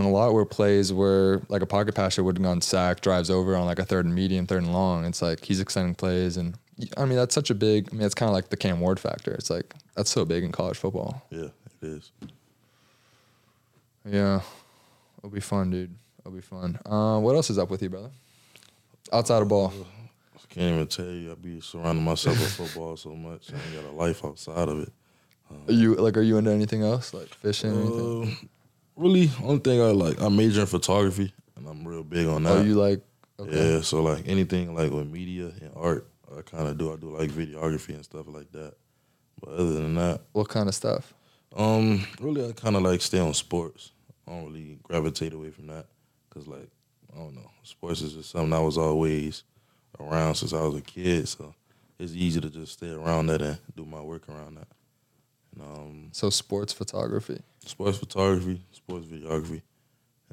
S2: a lot were plays where, like, a pocket passer would have gone sack, drives over on like a third and medium, third and long. It's like he's extending plays. And I mean, that's such a big, I mean, it's kind of like the Cam Ward factor. It's like, that's so big in college football.
S1: Yeah, it is.
S2: Yeah. It'll be fun, dude. It'll be fun. Uh, what else is up with you, brother? Outside of ball.
S1: I can't even tell you. I be surrounding myself with football so much. I ain't got a life outside of it.
S2: Are you, like, are you into anything else? Like fishing or anything?
S1: Uh, really, only thing I like, I major in photography, and I'm real big on that.
S2: Are Oh, you like, okay.
S1: Yeah, so like anything like with media and art, I kind of do. I do like videography and stuff like that. But other than that,
S2: What kind of stuff?
S1: um, really, I kind of like stay on sports. I don't really gravitate away from that because like I don't know, sports is just something I was always around since I was a kid. So it's easy to just stay around that and do my work around that. And um,
S2: So sports photography.
S1: sports photography, sports videography,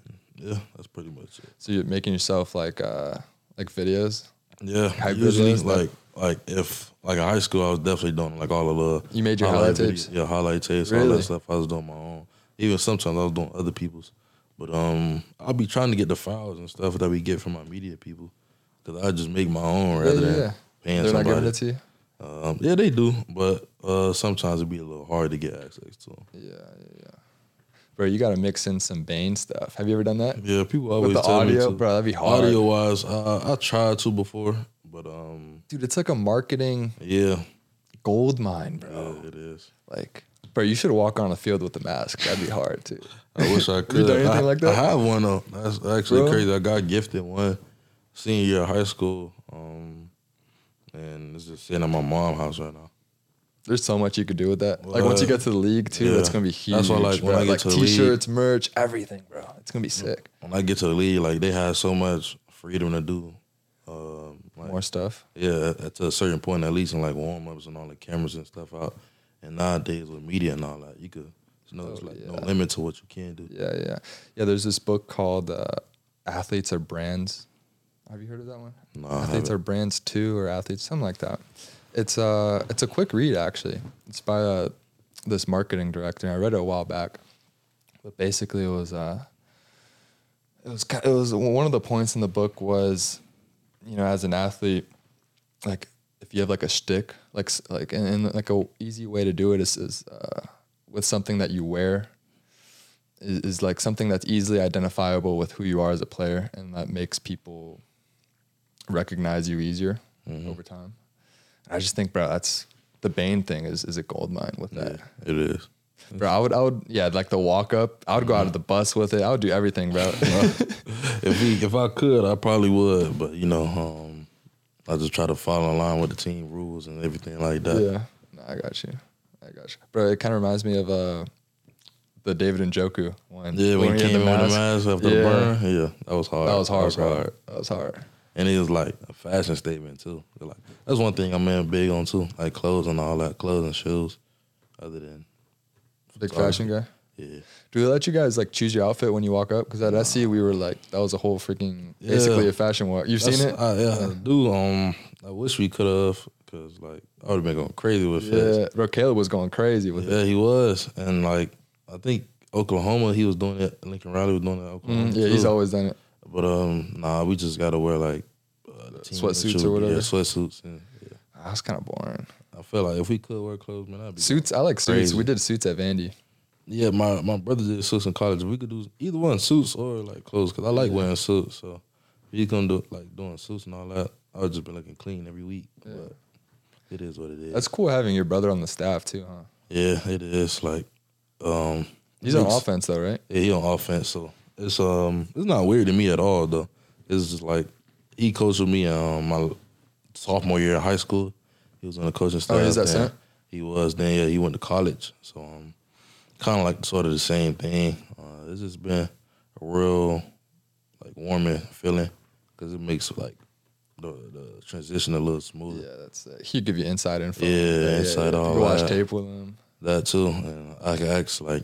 S1: and yeah, that's pretty much it.
S2: So you're making yourself like uh like videos.
S1: Yeah,
S2: Hybrid
S1: usually
S2: loads,
S1: like like if like in high school, I was definitely doing like all of the
S2: You made your highlight tapes?
S1: yeah, highlight tapes, all
S2: Really?
S1: that stuff. I was doing my own. Even sometimes I was doing other people's. But um, I'll be trying to get the files and stuff that we get from my media people, because I just make my own rather
S2: yeah,
S1: than
S2: yeah.
S1: paying
S2: They're not
S1: somebody.
S2: giving it to you.
S1: Um, yeah, they do, but uh, sometimes it'd be a little hard to get access to them.
S2: Yeah, yeah, yeah. Bro, you got to mix in some Bane stuff. Have you ever done that?
S1: Yeah, people
S2: With
S1: always
S2: the
S1: tell
S2: audio,
S1: me to.
S2: bro, that'd be hard.
S1: Audio wise, uh, I tried to before, but um,
S2: Dude, it's like a marketing
S1: yeah,
S2: gold mine, bro.
S1: yeah, it is.
S2: Like, bro, you should walk on a field with a mask. That'd be hard too.
S1: I wish I could.
S2: you done anything
S1: I,
S2: like that?
S1: I have one though. That's actually
S2: Bro?
S1: crazy. I got gifted one senior year of high school, um, and it's just sitting at my mom's house right now.
S2: There's so much you could do with that. Like once you
S1: What?
S2: get to the league too,
S1: Yeah.
S2: that's gonna be huge.
S1: That's why, like,
S2: bro.
S1: when I get
S2: like
S1: to the league-
S2: t-shirts, merch, everything, bro. It's gonna be sick.
S1: When I get to the league, like they had so much freedom to do. Um, like,
S2: More stuff.
S1: Yeah, at- to a certain point, at least in like warm ups and all the cameras and stuff out. And nowadays with media and all that, you could, you know, there's like no
S2: Oh, Yeah.
S1: limit to what you can do.
S2: Yeah, yeah, yeah. There's this book called uh, "Athletes Are Brands." Have you heard of that one?
S1: No, I
S2: athletes
S1: haven't.
S2: are brands too, or athletes, something like that. It's uh, it's a quick read actually. It's by uh, this marketing director. I read it a while back, but basically it was uh, it was ki- it was one of the points in the book was, you know, as an athlete, like if you have like a shtick, like s- like and, and like a easy way to do it is is uh, with something that you wear is, is like something that's easily identifiable with who you are as a player and that makes people recognize you easier over time. And I just think, bro, that's the Bane thing is is a gold mine with that.
S1: It is.
S2: Bro, I would I would yeah, like the walk up, I would go out of the bus with it. I would do everything, bro.
S1: If we, if I could, I probably would, but you know, um, I just try to follow in line with the team rules and everything like that.
S2: yeah. No, I got you. I got you. Bro, it kind of reminds me of uh the David and Joku one.
S1: Yeah, when
S2: he
S1: he
S2: had
S1: came in with the mask after
S2: Yeah.
S1: the burn, yeah, that was hard.
S2: That was hard, bro. That was hard.
S1: And it was like a fashion statement too. Like that's one thing I'm in big on too, like clothes and all that, clothes and shoes. Other than
S2: Big
S1: Sorry.
S2: fashion guy.
S1: yeah,
S2: Do they let you guys like choose your outfit when you walk up? Because at SC we were like that was a whole freaking basically
S1: Yeah.
S2: a fashion walk. You've seen it?
S1: That's- I, yeah, I do. Um, I wish we could have, cause like I would have been going crazy with Fitz.
S2: Yeah, bro, Caleb was going crazy with it.
S1: Yeah, he was, and like I think Oklahoma, he was doing it. Lincoln Riley was doing it. at Oklahoma
S2: Mm, yeah, he's
S1: too.
S2: always done it.
S1: But um, nah, we just gotta wear like uh, team
S2: Sweatsuits
S1: shoes.
S2: or whatever?
S1: Yeah, sweatsuits. And, yeah.
S2: Ah, That's kind of boring.
S1: I feel like if we could wear clothes, man, that'd be
S2: Suits, I like suits.
S1: Crazy.
S2: We did suits at Vandy.
S1: Yeah, my, my brother did suits in college. We could do either one, suits or like clothes, because I like wearing suits. So if you gonna do like doing suits and all that, I would just be looking clean every week. But it is what it is.
S2: That's cool having your brother on the staff too, huh?
S1: yeah, it is. Like, um,
S2: He's on
S1: it's-
S2: offense though, right?
S1: Yeah, he on offense. So it's um, it's not weird to me at all though. It's just like he coached with me um my sophomore year of high school. He was on the coaching staff.
S2: Oh, he's that
S1: then.
S2: same?
S1: He was then. Yeah, he went to college. So um, kind of like sort of the same thing. Uh, it's just been a real like warming feeling because it makes like the, the transition a little smoother.
S2: Yeah, that's it. He'd give you inside info.
S1: Yeah, inside all
S2: You watch
S1: that.
S2: tape with him.
S1: That too. And I could ask like,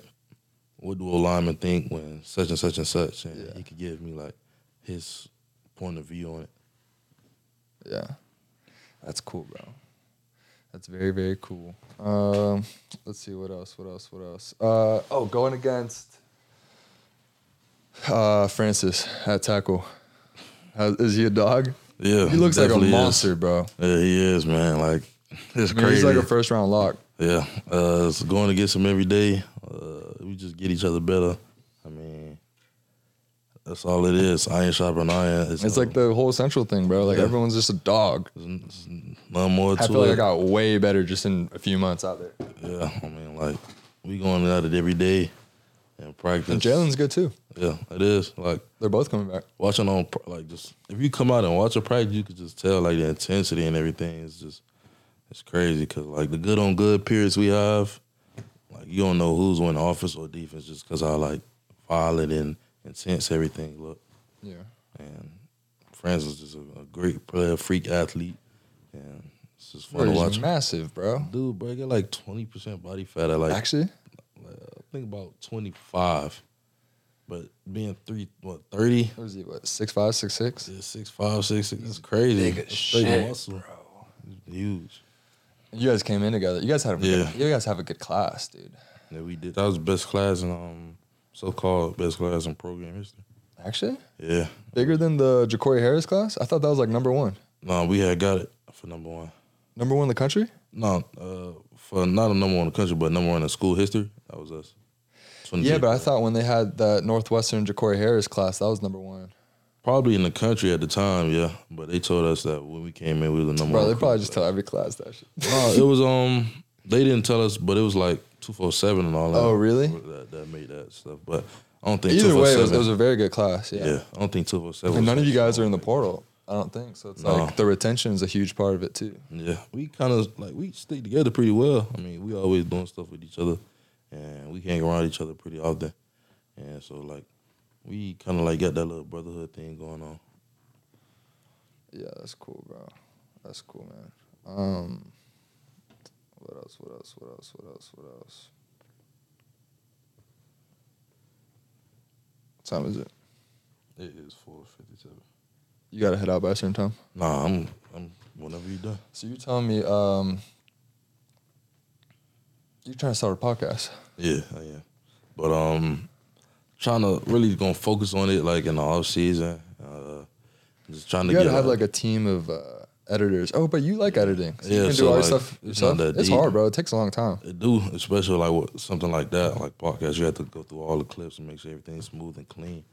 S1: what do a lineman think when such and such and such? And
S2: Yeah.
S1: he could give me like his point of view on it.
S2: Yeah, that's cool, bro. That's very very cool. Um, let's see what else. What else? What else? Uh, oh, going against uh, Francis at tackle. How- is he a dog?
S1: Yeah.
S2: He looks like a
S1: definitely is.
S2: monster, bro.
S1: Yeah, he is, man. Like it's
S2: I mean, he's
S1: crazy.
S2: like a first round lock.
S1: yeah. Uh it's going against him every day. Uh we just get each other better. I mean that's all it is. Iron sharpen iron.
S2: It's like the whole central thing, bro. Like
S1: Yeah.
S2: everyone's just a dog.
S1: it's none more to
S2: I feel like
S1: it.
S2: I got way better just in a few months out there.
S1: yeah, I mean like we going at it every day and practice.
S2: And Jalen's good too.
S1: Yeah, it is. Like
S2: They're both coming back.
S1: watching on like just if you come out and watch a practice, you could just tell like the intensity and everything is just it's crazy because like the good on good periods we have, like you don't know who's on offense or defense just because how like violent and intense everything look.
S2: Yeah.
S1: And Francis is a, a great player, freak athlete, and it's just
S2: Bro,
S1: fun to
S2: he's
S1: watch.
S2: massive, bro.
S1: Dude, bro, I got like twenty percent body fat at like
S2: Actually,
S1: I think about twenty five, but being three what thirty.
S2: what is he? What six five, six six?
S1: Yeah, six five, six six. That's crazy.
S2: Big as
S1: That's straight
S2: shit,
S1: muscle. Huge.
S2: You guys came in together. You guys had a
S1: Yeah.
S2: you guys have a good class, dude.
S1: Yeah, we did. That was best class in um so called best class in program history.
S2: Actually,
S1: Yeah.
S2: bigger than the Ja'Cory Harris class. I thought that was like number one.
S1: No, we had got it for number one.
S2: Number one in the country.
S1: Mm-hmm. No, uh, for not a number one in the country, but number one in school history. That was us.
S2: Yeah, but I thought when they had that Northwestern Ja'Cory Harris class, that was number one.
S1: probably in the country at the time. Yeah, but they told us that when we came in, we were the number
S2: Bro,
S1: one.
S2: they probably
S1: recruit.
S2: just tell every class that shit.
S1: No, it was um. They didn't tell us, but it was like two four seven and all that.
S2: Oh, really?
S1: That, that made that stuff, but I don't think
S2: Either way, it was,
S1: 247
S2: it was a very good class. Yeah.
S1: yeah. I don't think two four seven.
S2: And none of you guys are in the portal. I don't think so. It's
S1: No.
S2: like the retention is a huge part of it too.
S1: Yeah, we kind of like we stick together pretty well. I mean, we always doing stuff with each other, and we hang around each other pretty often. And so, like, we kind of like got that little brotherhood thing going on.
S2: Yeah, that's cool, bro. That's cool, man. Um, what else? What else? What else? What else? What else? What time is it?
S1: It is four fifty seven.
S2: You gotta head out by a certain time.
S1: Nah, I'm I'm whenever you done.
S2: So you're telling me um, you're trying to start a podcast?
S1: Yeah, I am. But um, trying to really gonna focus on it like in the off season. Uh, just trying
S2: You
S1: to
S2: gotta
S1: get
S2: have
S1: a-
S2: like a team of uh, editors. Oh, but you like editing. So
S1: Yeah,
S2: you can
S1: so,
S2: do all
S1: like,
S2: your stuff
S1: it's
S2: yourself.
S1: not that
S2: It's
S1: deep.
S2: hard, bro. It takes a long time.
S1: It do, especially like with something like that, like podcast. You have to go through all the clips and make sure everything's smooth and clean.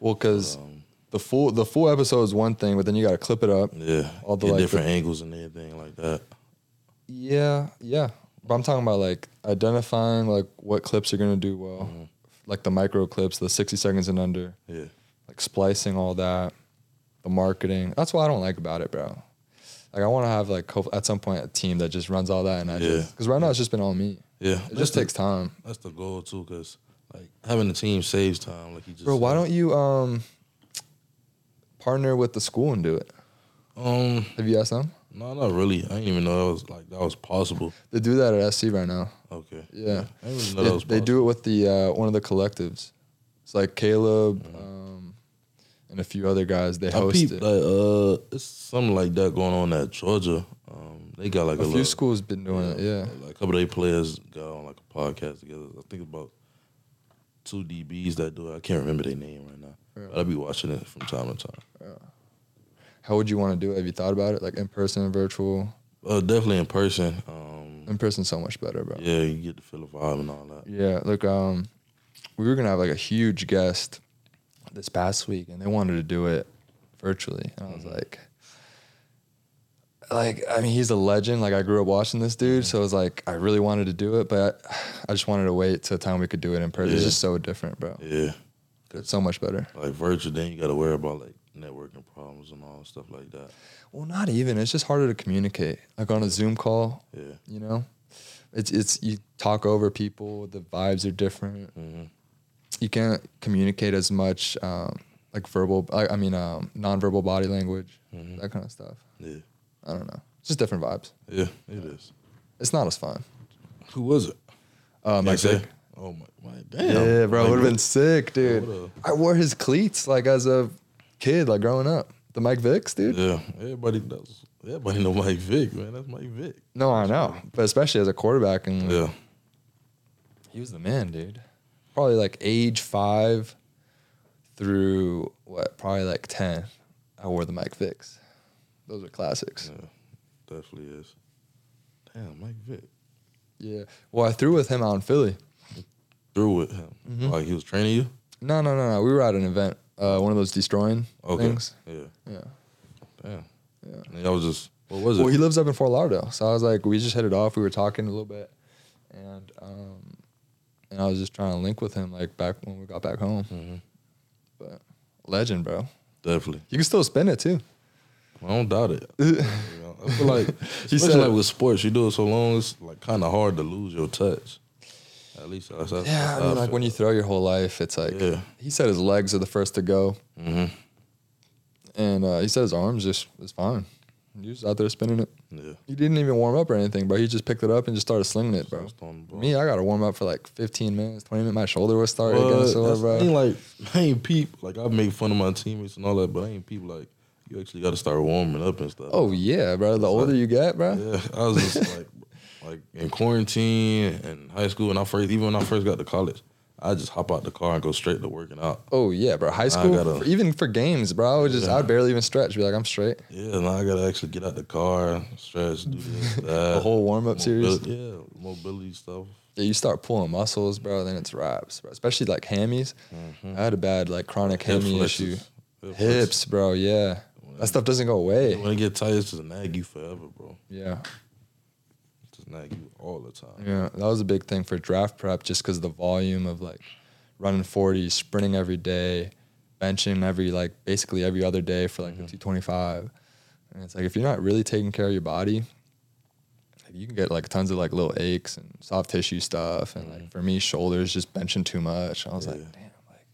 S2: Well, because
S1: Um,
S2: the full the full episode is one thing, but then you gotta clip it up.
S1: yeah,
S2: All the,
S1: get
S2: like,
S1: different angles and everything like that.
S2: Yeah, yeah. But I'm talking about like identifying like what clips you're gonna do well,
S1: Mhm.
S2: like the micro clips, the 60 seconds and under,
S1: Yeah,
S2: like splicing all that, the marketing. That's what I don't like about it, bro. Like I want to have like hope- at some point a team that just runs all that, and I
S1: Yeah.
S2: just because right now it's just been all me.
S1: yeah.
S2: It just takes time,
S1: That's the goal too, cause like having a team saves time. Like you just
S2: bro. Why don't you um partner with the school and do it?
S1: um
S2: Have you asked them?
S1: no not really. I didn't even know that was like that was possible.
S2: They do that at SC right now.
S1: Okay.
S2: Yeah.
S1: I didn't even know
S2: They,
S1: that was
S2: they do it with the uh, one of the collectives. It's like Caleb um, and a few other guys. They
S1: I
S2: host
S1: peeped,
S2: it.
S1: like, uh, it's something like that going on at Georgia. Um, they got like a,
S2: a few
S1: little-
S2: schools been doing it. Yeah,
S1: Like a couple of their players got on like a podcast together. I think about two DBs that do it. I can't remember their name right now.
S2: Yeah.
S1: But I'll be watching it from time to time.
S2: How would you want to do it? Have you thought about it? Like in person, virtual.
S1: Uh, definitely in person. Um,
S2: In person, so much better, bro.
S1: yeah, you get to feel the vibe and all that.
S2: Yeah, look, um, we were gonna have like a huge guest this past week, and they wanted to do it virtually, and I was
S1: Mhm.
S2: like, like I mean, he's a legend. Like I grew up watching this dude,
S1: Mm-hmm.
S2: so it was like I really wanted to do it, but I, I just wanted to wait till the time we could do it in person. It's
S1: Yeah.
S2: just so different, bro.
S1: Yeah,
S2: It's so much better.
S1: like virtual. Then you got to worry about like networking problems and all stuff like that.
S2: Well, not even. It's just harder to communicate. Like on a Zoom call,
S1: Yeah.
S2: you know, it's it's you talk over people. The vibes are different.
S1: hmm
S2: you can't communicate as much um, like verbal I, I mean um, nonverbal body language
S1: Mhm.
S2: that kind of stuff
S1: Yeah.
S2: i don't know it's just different vibes
S1: Yeah, it is.
S2: it's not as fun
S1: Who was it?
S2: uh, Mike
S1: Can't say?
S2: Vick.
S1: Oh my, my
S2: yeah,
S1: damn.
S2: bro
S1: Like,
S2: would have been sick dude
S1: would've.
S2: i wore his cleats like as a kid like growing up the mike vicks dude
S1: Yeah, everybody knows. Everybody know Mike Vick, man. That's Mike Vick.
S2: no i know but especially as a quarterback and like,
S1: Yeah,
S2: he was the man dude probably like age five through what probably like 10 i wore the mike vicks those are classics
S1: definitely is. Damn, Mike Vick
S2: yeah well i threw with him out in philly
S1: threw with him.
S2: Mhm.
S1: Like he was training you.
S2: No, no, no, no. We were at an event, uh, one of those destroying
S1: Okay.
S2: things.
S1: Yeah,
S2: Yeah.
S1: damn.
S2: Yeah.
S1: And that was just what was
S2: Well,
S1: it?
S2: he lives up in Fort Lauderdale, so I was like, we just hit it off. We were talking a little bit, and um, and I was just trying to link with him, like back when we got back home.
S1: Mhm.
S2: But legend, bro.
S1: Definitely.
S2: You can still spin it too.
S1: I don't doubt it. You know, I feel like, especially
S2: said-
S1: like with sports, you do it so long, it's like kind of hard to lose your touch. At least that's, that's
S2: yeah,
S1: that's
S2: I
S1: how
S2: mean, like
S1: feel.
S2: when you throw your whole life, it's like
S1: Yeah.
S2: he said his legs are the first to go,
S1: Mhm.
S2: and uh, he said his arms just is fine. He was out there spinning it.
S1: Yeah,
S2: He didn't even warm up or anything, bro. He just picked it up and just started slinging it, bro.
S1: Just on the ball.
S2: Me, I gotta warm up for like 15 minutes, 20 minutes. My shoulder was starting
S1: Well,
S2: against
S1: that's
S2: sore,
S1: the
S2: bro.
S1: thing, like I ain't peep. Like I make fun of my teammates and all that, but I ain't peep. Like you actually got to start warming up and stuff.
S2: Oh yeah, bro. The older you get, bro.
S1: Yeah, I was just like, like in quarantine and high school, and I first even when I first got to college, I just hop out the car and go straight to working out.
S2: Oh yeah, bro. High school,
S1: gotta-
S2: for- even for games, bro. I would just, I would barely even stretch. Be like, I'm straight.
S1: Yeah, now I gotta actually get out the car, stretch, do this, that.
S2: The whole warm up series.
S1: Mobili- yeah, mobility stuff.
S2: Yeah, you start pulling muscles, bro. Then it's wraps, bro. Especially like hammies. I had a bad like chronic
S1: Mm-hmm. Hip
S2: hammy
S1: flexes.
S2: issue.
S1: Hip flexes.
S2: Hips, bro. Yeah, that stuff doesn't go away.
S1: When it get tight, it's just nag you forever, bro.
S2: Yeah,
S1: Just nag you all the time.
S2: yeah. That was a big thing for draft prep, just because the volume of like running forty, sprinting every day, benching every like basically every other day for like the two twenty five. And it's like if you're not really taking care of your body, like, you can get like tons of like little aches and soft tissue stuff. And like for me, shoulders just benching too much. I was
S1: Yeah.
S2: like, damn, like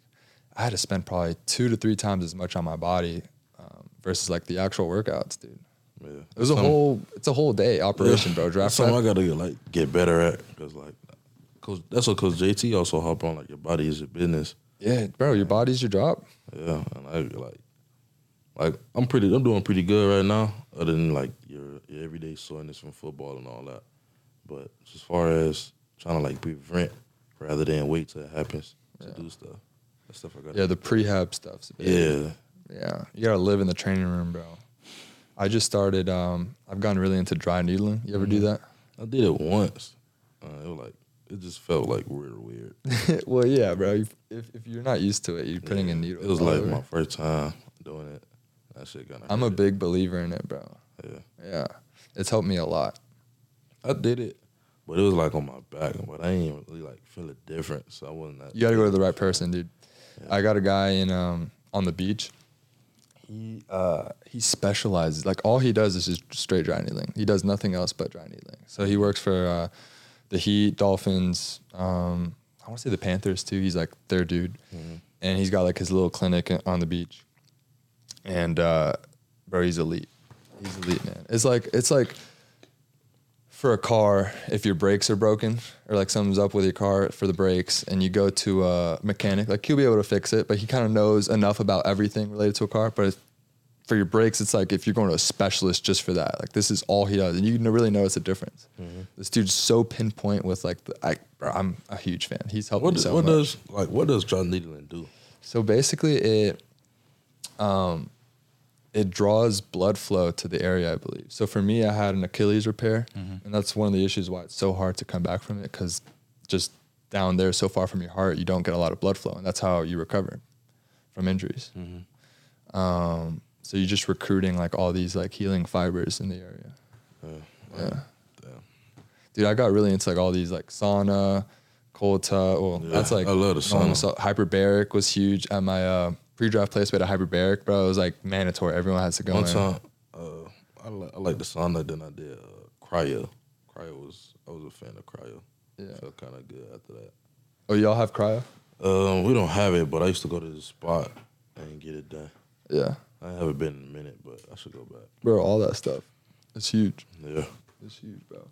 S2: I had to spend probably two to three times as much on my body um, versus like the actual workouts, dude.
S1: Yeah,
S2: It was a whole, it's a whole day operation, bro.
S1: That's
S2: Draft
S1: something I
S2: prep.
S1: gotta like get better at because like, cause that's what Coach JT also hop on like your body is your business.
S2: Yeah, bro, your body's your job.
S1: Yeah, and I like, like I'm pretty, I'm doing pretty good right now. Other than like your, your everyday soreness from football and all that, but as far as trying to like prevent rather than wait till it happens to do stuff, that stuff I got.
S2: Yeah, the prehab stuff's a big.
S1: yeah,
S2: Yeah, you gotta live in the training room, bro. I just started. Um, I've gotten really into dry needling. You ever do
S1: I did it once. Uh, it was like it just felt like weird, weird.
S2: that? well, yeah, bro. You, if, if you're not used to it, you're putting
S1: Yeah.
S2: a needle.
S1: It was
S2: all
S1: like
S2: over.
S1: my first time doing it. That shit kind of.
S2: I'm a big believer in it, bro.
S1: Yeah.
S2: Yeah, it's helped me a lot.
S1: I did it, but it was like on my back, but I ain't even really like feel a difference. So I wasn't that.
S2: You gotta go to the right person, dude. I got a guy in um on the beach. He uh he specializes like all he does is just straight dry needling. He does nothing else but dry needling. So he works for uh, the Heat, Dolphins. Um, I want to say the Panthers too. He's like their dude, and he's got like his little clinic on the beach. And uh, bro, he's elite. He's elite, man. It's like it's like for a car if your brakes are broken or like something's up with your car for the brakes and you go to a mechanic like he'll be able to fix it but he kind of knows enough about everything related to a car but if- for your brakes it's like if you're going to a specialist just for that like this is all he does and you n- really notice a difference
S1: Mm-hmm.
S2: this dude's so pinpoint with like the, I, bro, i'm a huge fan he's helped
S1: What,
S2: me
S1: does,
S2: so
S1: what
S2: much.
S1: does like what does dry needling do?
S2: So basically, it um, it draws blood flow to the area, I believe. So for me, I had an Achilles repair,
S1: Mm-hmm.
S2: and that's one of the issues why it's so hard to come back from it because just down there, so far from your heart, you don't get a lot of blood flow, and that's how you recover from injuries.
S1: Mm-hmm.
S2: Um, so you're just recruiting like all these like healing fibers in the area. yeah.
S1: Uh, Damn.
S2: Dude, I got really into like all these like sauna, cold tub. Well,
S1: Yeah,
S2: that's like
S1: I love the
S2: normal
S1: sauna.
S2: stuff. hyperbaric was huge at my uh, pre-draft place. We had a hyperbaric, bro. It was like mandatory. Everyone has to go
S1: One
S2: in.
S1: time, uh, I, li- I like the sauna. Then I did uh, cryo. Cryo was I was a fan of cryo.
S2: Yeah.
S1: felt kind of good after that.
S2: Oh, y'all have cryo?
S1: Um, we don't have it, but I used to go to the spot and get it done.
S2: Yeah,
S1: I haven't been in a minute, but I should go back.
S2: bro. All that stuff. It's huge.
S1: Yeah.
S2: It's huge, bro.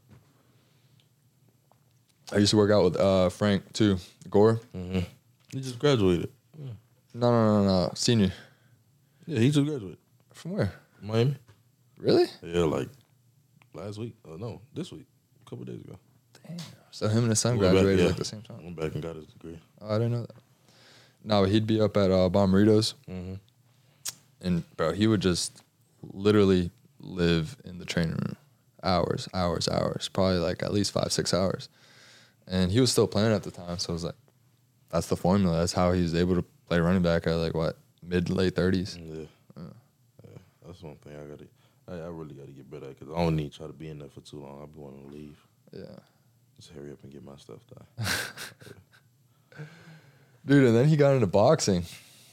S2: I used to work out with uh, Frank too. Gore?
S1: Mm-hmm. He just graduated.
S2: No, no, no, no, no. Senior.
S1: Yeah, he just graduated.
S2: From where?
S1: Miami.
S2: Really?
S1: Yeah, like last week. Oh no, this week. A couple days ago.
S2: So him and his son
S1: Went back-
S2: graduated
S1: yeah.
S2: like the same time.
S1: Went back and got his degree.
S2: Oh, I didn't know that. No, he'd be up at uh, Bomberitos,
S1: Mm-hmm.
S2: and bro, he would just literally live in the training room, hours, hours, hours, probably like at least five, six hours. And he was still playing at the time, so I was like, that's the formula. That's how he was able to play running back at like what mid late thirties.
S1: Yeah. yeah. That's one thing I gotta. I, I really gotta get better because I don't need to try to be in there for too long. I be wanting to leave.
S2: Yeah,
S1: Just hurry up and get my stuff done.
S2: dude. And then he got into boxing.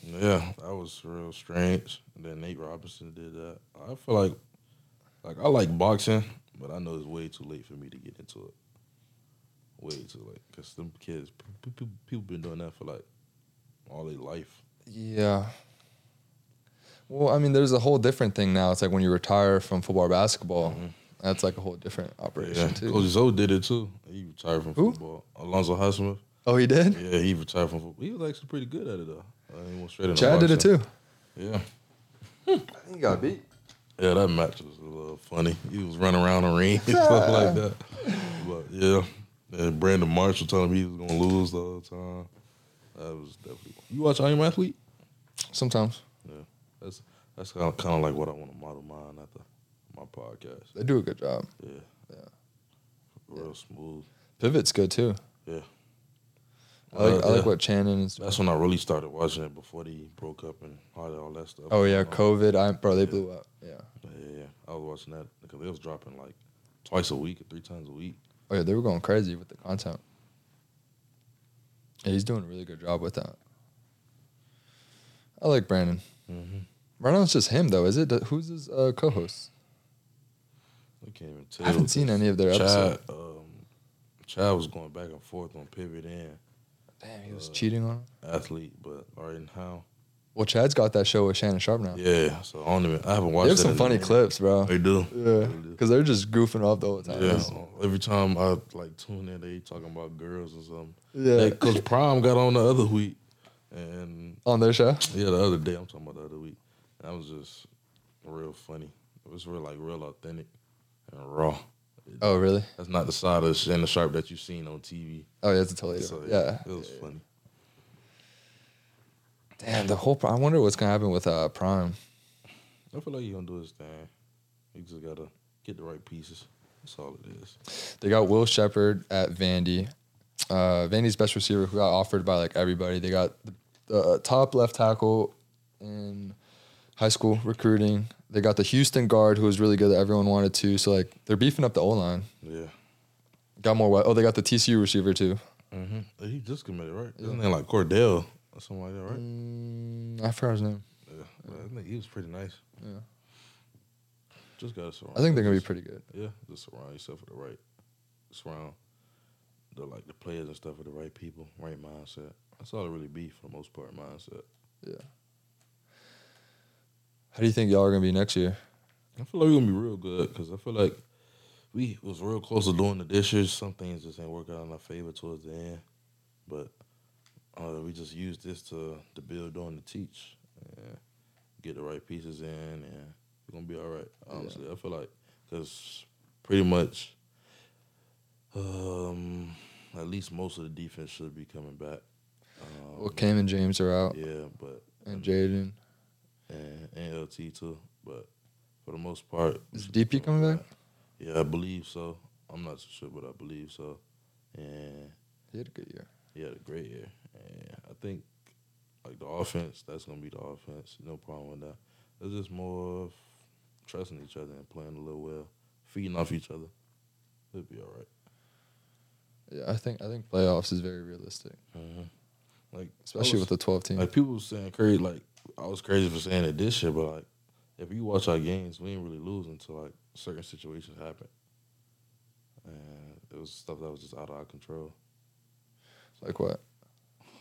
S1: yeah, that was real strange. And then Nate Robinson did that. I feel like, like I like boxing, but I know it's way too late for me to get into it. Way too late because them kids, p- p- people been doing that for like all their life.
S2: Yeah. Well, I mean, there's a whole different thing now. It's like when you retire from football, or basketball. That's like a whole different operation
S1: Mm-hmm. Yeah,
S2: too.
S1: Coach Zoe did it too. He retired from
S2: Who?
S1: football. Alonzo Highsmith.
S2: Oh, he did.
S1: Yeah, he retired from football. He was actually pretty good at it though. Uh, he went straight into
S2: Chad did it
S1: boxing.
S2: too.
S1: Yeah,
S2: I think he got beat.
S1: Yeah, that match was a little funny. He was running around the ring and stuff like that. But yeah, and Brandon Marshall telling me he was gonna lose the whole time. That was definitely. You watch I Am Athlete?
S2: Sometimes
S1: That's that's kind of, kind of like what I want to model mine after my podcast.
S2: they do a good job.
S1: Yeah, yeah, real smooth.
S2: Pivot's good too.
S1: Yeah.
S2: I like,
S1: Uh,
S2: I
S1: yeah.
S2: like what Channon is doing.
S1: That's when I really started watching it before they broke up and all that, all that stuff.
S2: Oh yeah,
S1: Um,
S2: COVID. I bro, they blew up. Yeah.
S1: Yeah, yeah, yeah. I was watching that because they was dropping like twice a week or three times a week.
S2: Oh yeah, they were going crazy with the content. Yeah, he's doing a really good job with that. I like Brandon.
S1: Mm-hmm.
S2: Right now it's just him though, is it? Do- Who's his uh, co-host?
S1: I can't even tell.
S2: I haven't seen any of their
S1: Chad,
S2: episodes.
S1: um, Chad was going back and forth on pivot and
S2: Damn, he was
S1: uh,
S2: cheating on. Him.
S1: athlete, but Arden Howe.
S2: Well, Chad's got that show with Shannon Sharp now.
S1: Yeah, so I don't even. I haven't watched.
S2: they have
S1: that
S2: some
S1: in a
S2: funny
S1: minute.
S2: clips, bro.
S1: They do.
S2: Yeah,
S1: They do.
S2: because they're just goofing off the whole time.
S1: Yeah, every time I like tune in, they talking about girls or something.
S2: yeah.
S1: Because Prime got on the other week, and
S2: on their show.
S1: Yeah, the other day I'm talking about the other week. That was just real funny. It was real like real authentic and raw.
S2: Oh really?
S1: That's not the side of Shannon Sharp that you've seen on TV.
S2: Oh yeah, it's a Toledo.
S1: So
S2: yeah.
S1: it was funny.
S2: Damn, the whole. Pro- I wonder what's gonna happen with uh, Prime.
S1: I feel like you're gonna do his thing. You just gotta get the right pieces. That's all it is.
S2: They got Will Shepard at Vandy. Uh, Vandy's best receiver who got offered by like everybody. They got the, the uh, top left tackle in high school recruiting. They got the Houston guard who was really good that everyone wanted to. So like they're beefing up the O line.
S1: Yeah.
S2: Got more. We- oh, they got the TCU receiver too.
S1: Mm-hmm. He just committed, right?
S2: Yeah.
S1: Isn't that like Cordell or something like that, right?
S2: Mm, I forgot his name.
S1: Yeah. But I think he was pretty nice.
S2: Yeah.
S1: Just gotta surround.
S2: I think they're gonna be
S1: yourself-
S2: pretty good.
S1: Yeah, just surround yourself with the right, surround the like the players and stuff with the right people, right mindset. That's all it really be for the most part, mindset.
S2: How do you think y'all are gonna be next year?
S1: I feel like we're gonna be real good because I feel like we was real close to doing the dishes. Some things just ain't work out in our favor towards the end, but uh, we just use this to to build on to teach and get the right pieces in, and we're gonna be all right. Honestly, I feel like because pretty much, um, at least most of the defense should be coming back. Um,
S2: Well, Cam and James are out,
S1: Yeah, but
S2: and Jaden.
S1: and, and LT too, but for the most part,
S2: Is DP coming back?
S1: Yeah, I believe so. I'm not so sure, but I believe so. And
S2: He had a good year.
S1: he had a great year. And I think like the offense, that's gonna be the offense. No problem with that. It's just more of trusting each other and playing a little well, feeding off each other. It'll be all right.
S2: Yeah, I think I think playoffs is very realistic, Mm-hmm.
S1: Like
S2: especially with the twelve team.
S1: like people was saying crazy. Like I was crazy for saying it this year, but like if you watch our games, we ain't really lose until like certain situations happen. And it was stuff that was just out of our control.
S2: like what?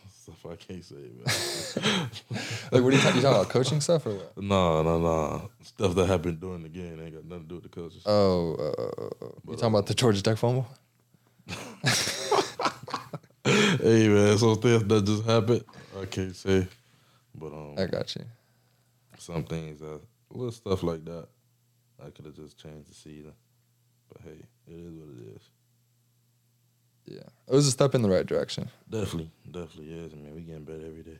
S1: Stuff I can't say, man.
S2: Like, what are you talking? You talking about coaching stuff or what?
S1: No, no, no. Stuff that happened during the game ain't got nothing to do with the coaches.
S2: Oh, uh, you talking about the Georgia Tech fumble?
S1: hey man, some stuff that just happened. I can't say, but um,
S2: I got you.
S1: some things that little stuff like that, I could have just changed the season. But hey, it is what it is.
S2: Yeah, it was a step in the right direction.
S1: Definitely, definitely is. Man, we getting better every day.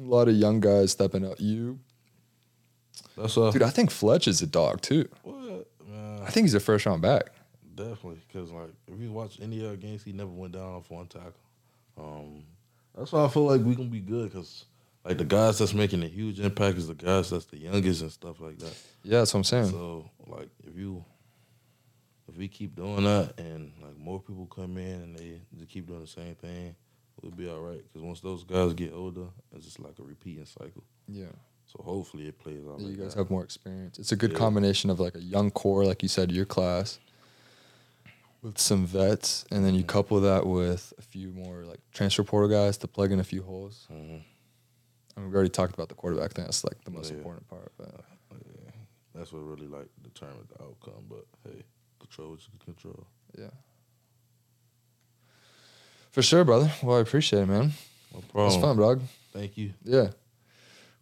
S2: A lot of young guys stepping up. You,
S1: That's all.
S2: dude, I think Fletch is a dog too.
S1: what
S2: I
S1: man?
S2: think he's a first round back.
S1: Definitely, because like if you watch any of our games, he never went down off one tackle. Um, that's why I feel like we gonna be good, cause like the guys that's making a huge impact is the guys that's the youngest and stuff like that.
S2: Yeah, that's what I'm saying.
S1: So like if you if we keep doing that and like more people come in and they just keep doing the same thing, we'll be all right. Cause once those guys get older, it's just like a repeating cycle.
S2: yeah,
S1: So hopefully it plays out.
S2: you
S1: like
S2: guys
S1: that.
S2: have more experience. It's a good
S1: Yeah.
S2: combination of like a young core, like you said, your class, with some vets, and then you couple that with a few more like transfer portal guys to plug in a few holes.
S1: Mhm.
S2: I mean, we already talked about the quarterback thing. That's like the most
S1: Yeah.
S2: important part. But
S1: Yeah, that's what really like determines the outcome. But hey, control what you can control.
S2: yeah, for sure, brother. Well, I appreciate it, man.
S1: No
S2: It was
S1: problem.
S2: fun, dog.
S1: Thank you.
S2: Yeah,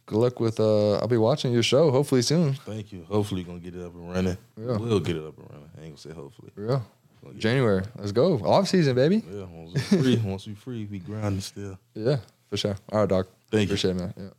S2: good luck with. Uh, I'll be watching your show hopefully soon.
S1: Thank you. Hopefully, you're gonna get it up and running.
S2: Yeah.
S1: We'll get it up and running. I ain't gonna say hopefully.
S2: Yeah,
S1: We'll get it
S2: January. Let's go off season, baby.
S1: up. Yeah, once we free, once we free, we grinding still.
S2: Yeah, for sure. All right, doc.
S1: Thank you.
S2: Appreciate it, man. Yeah.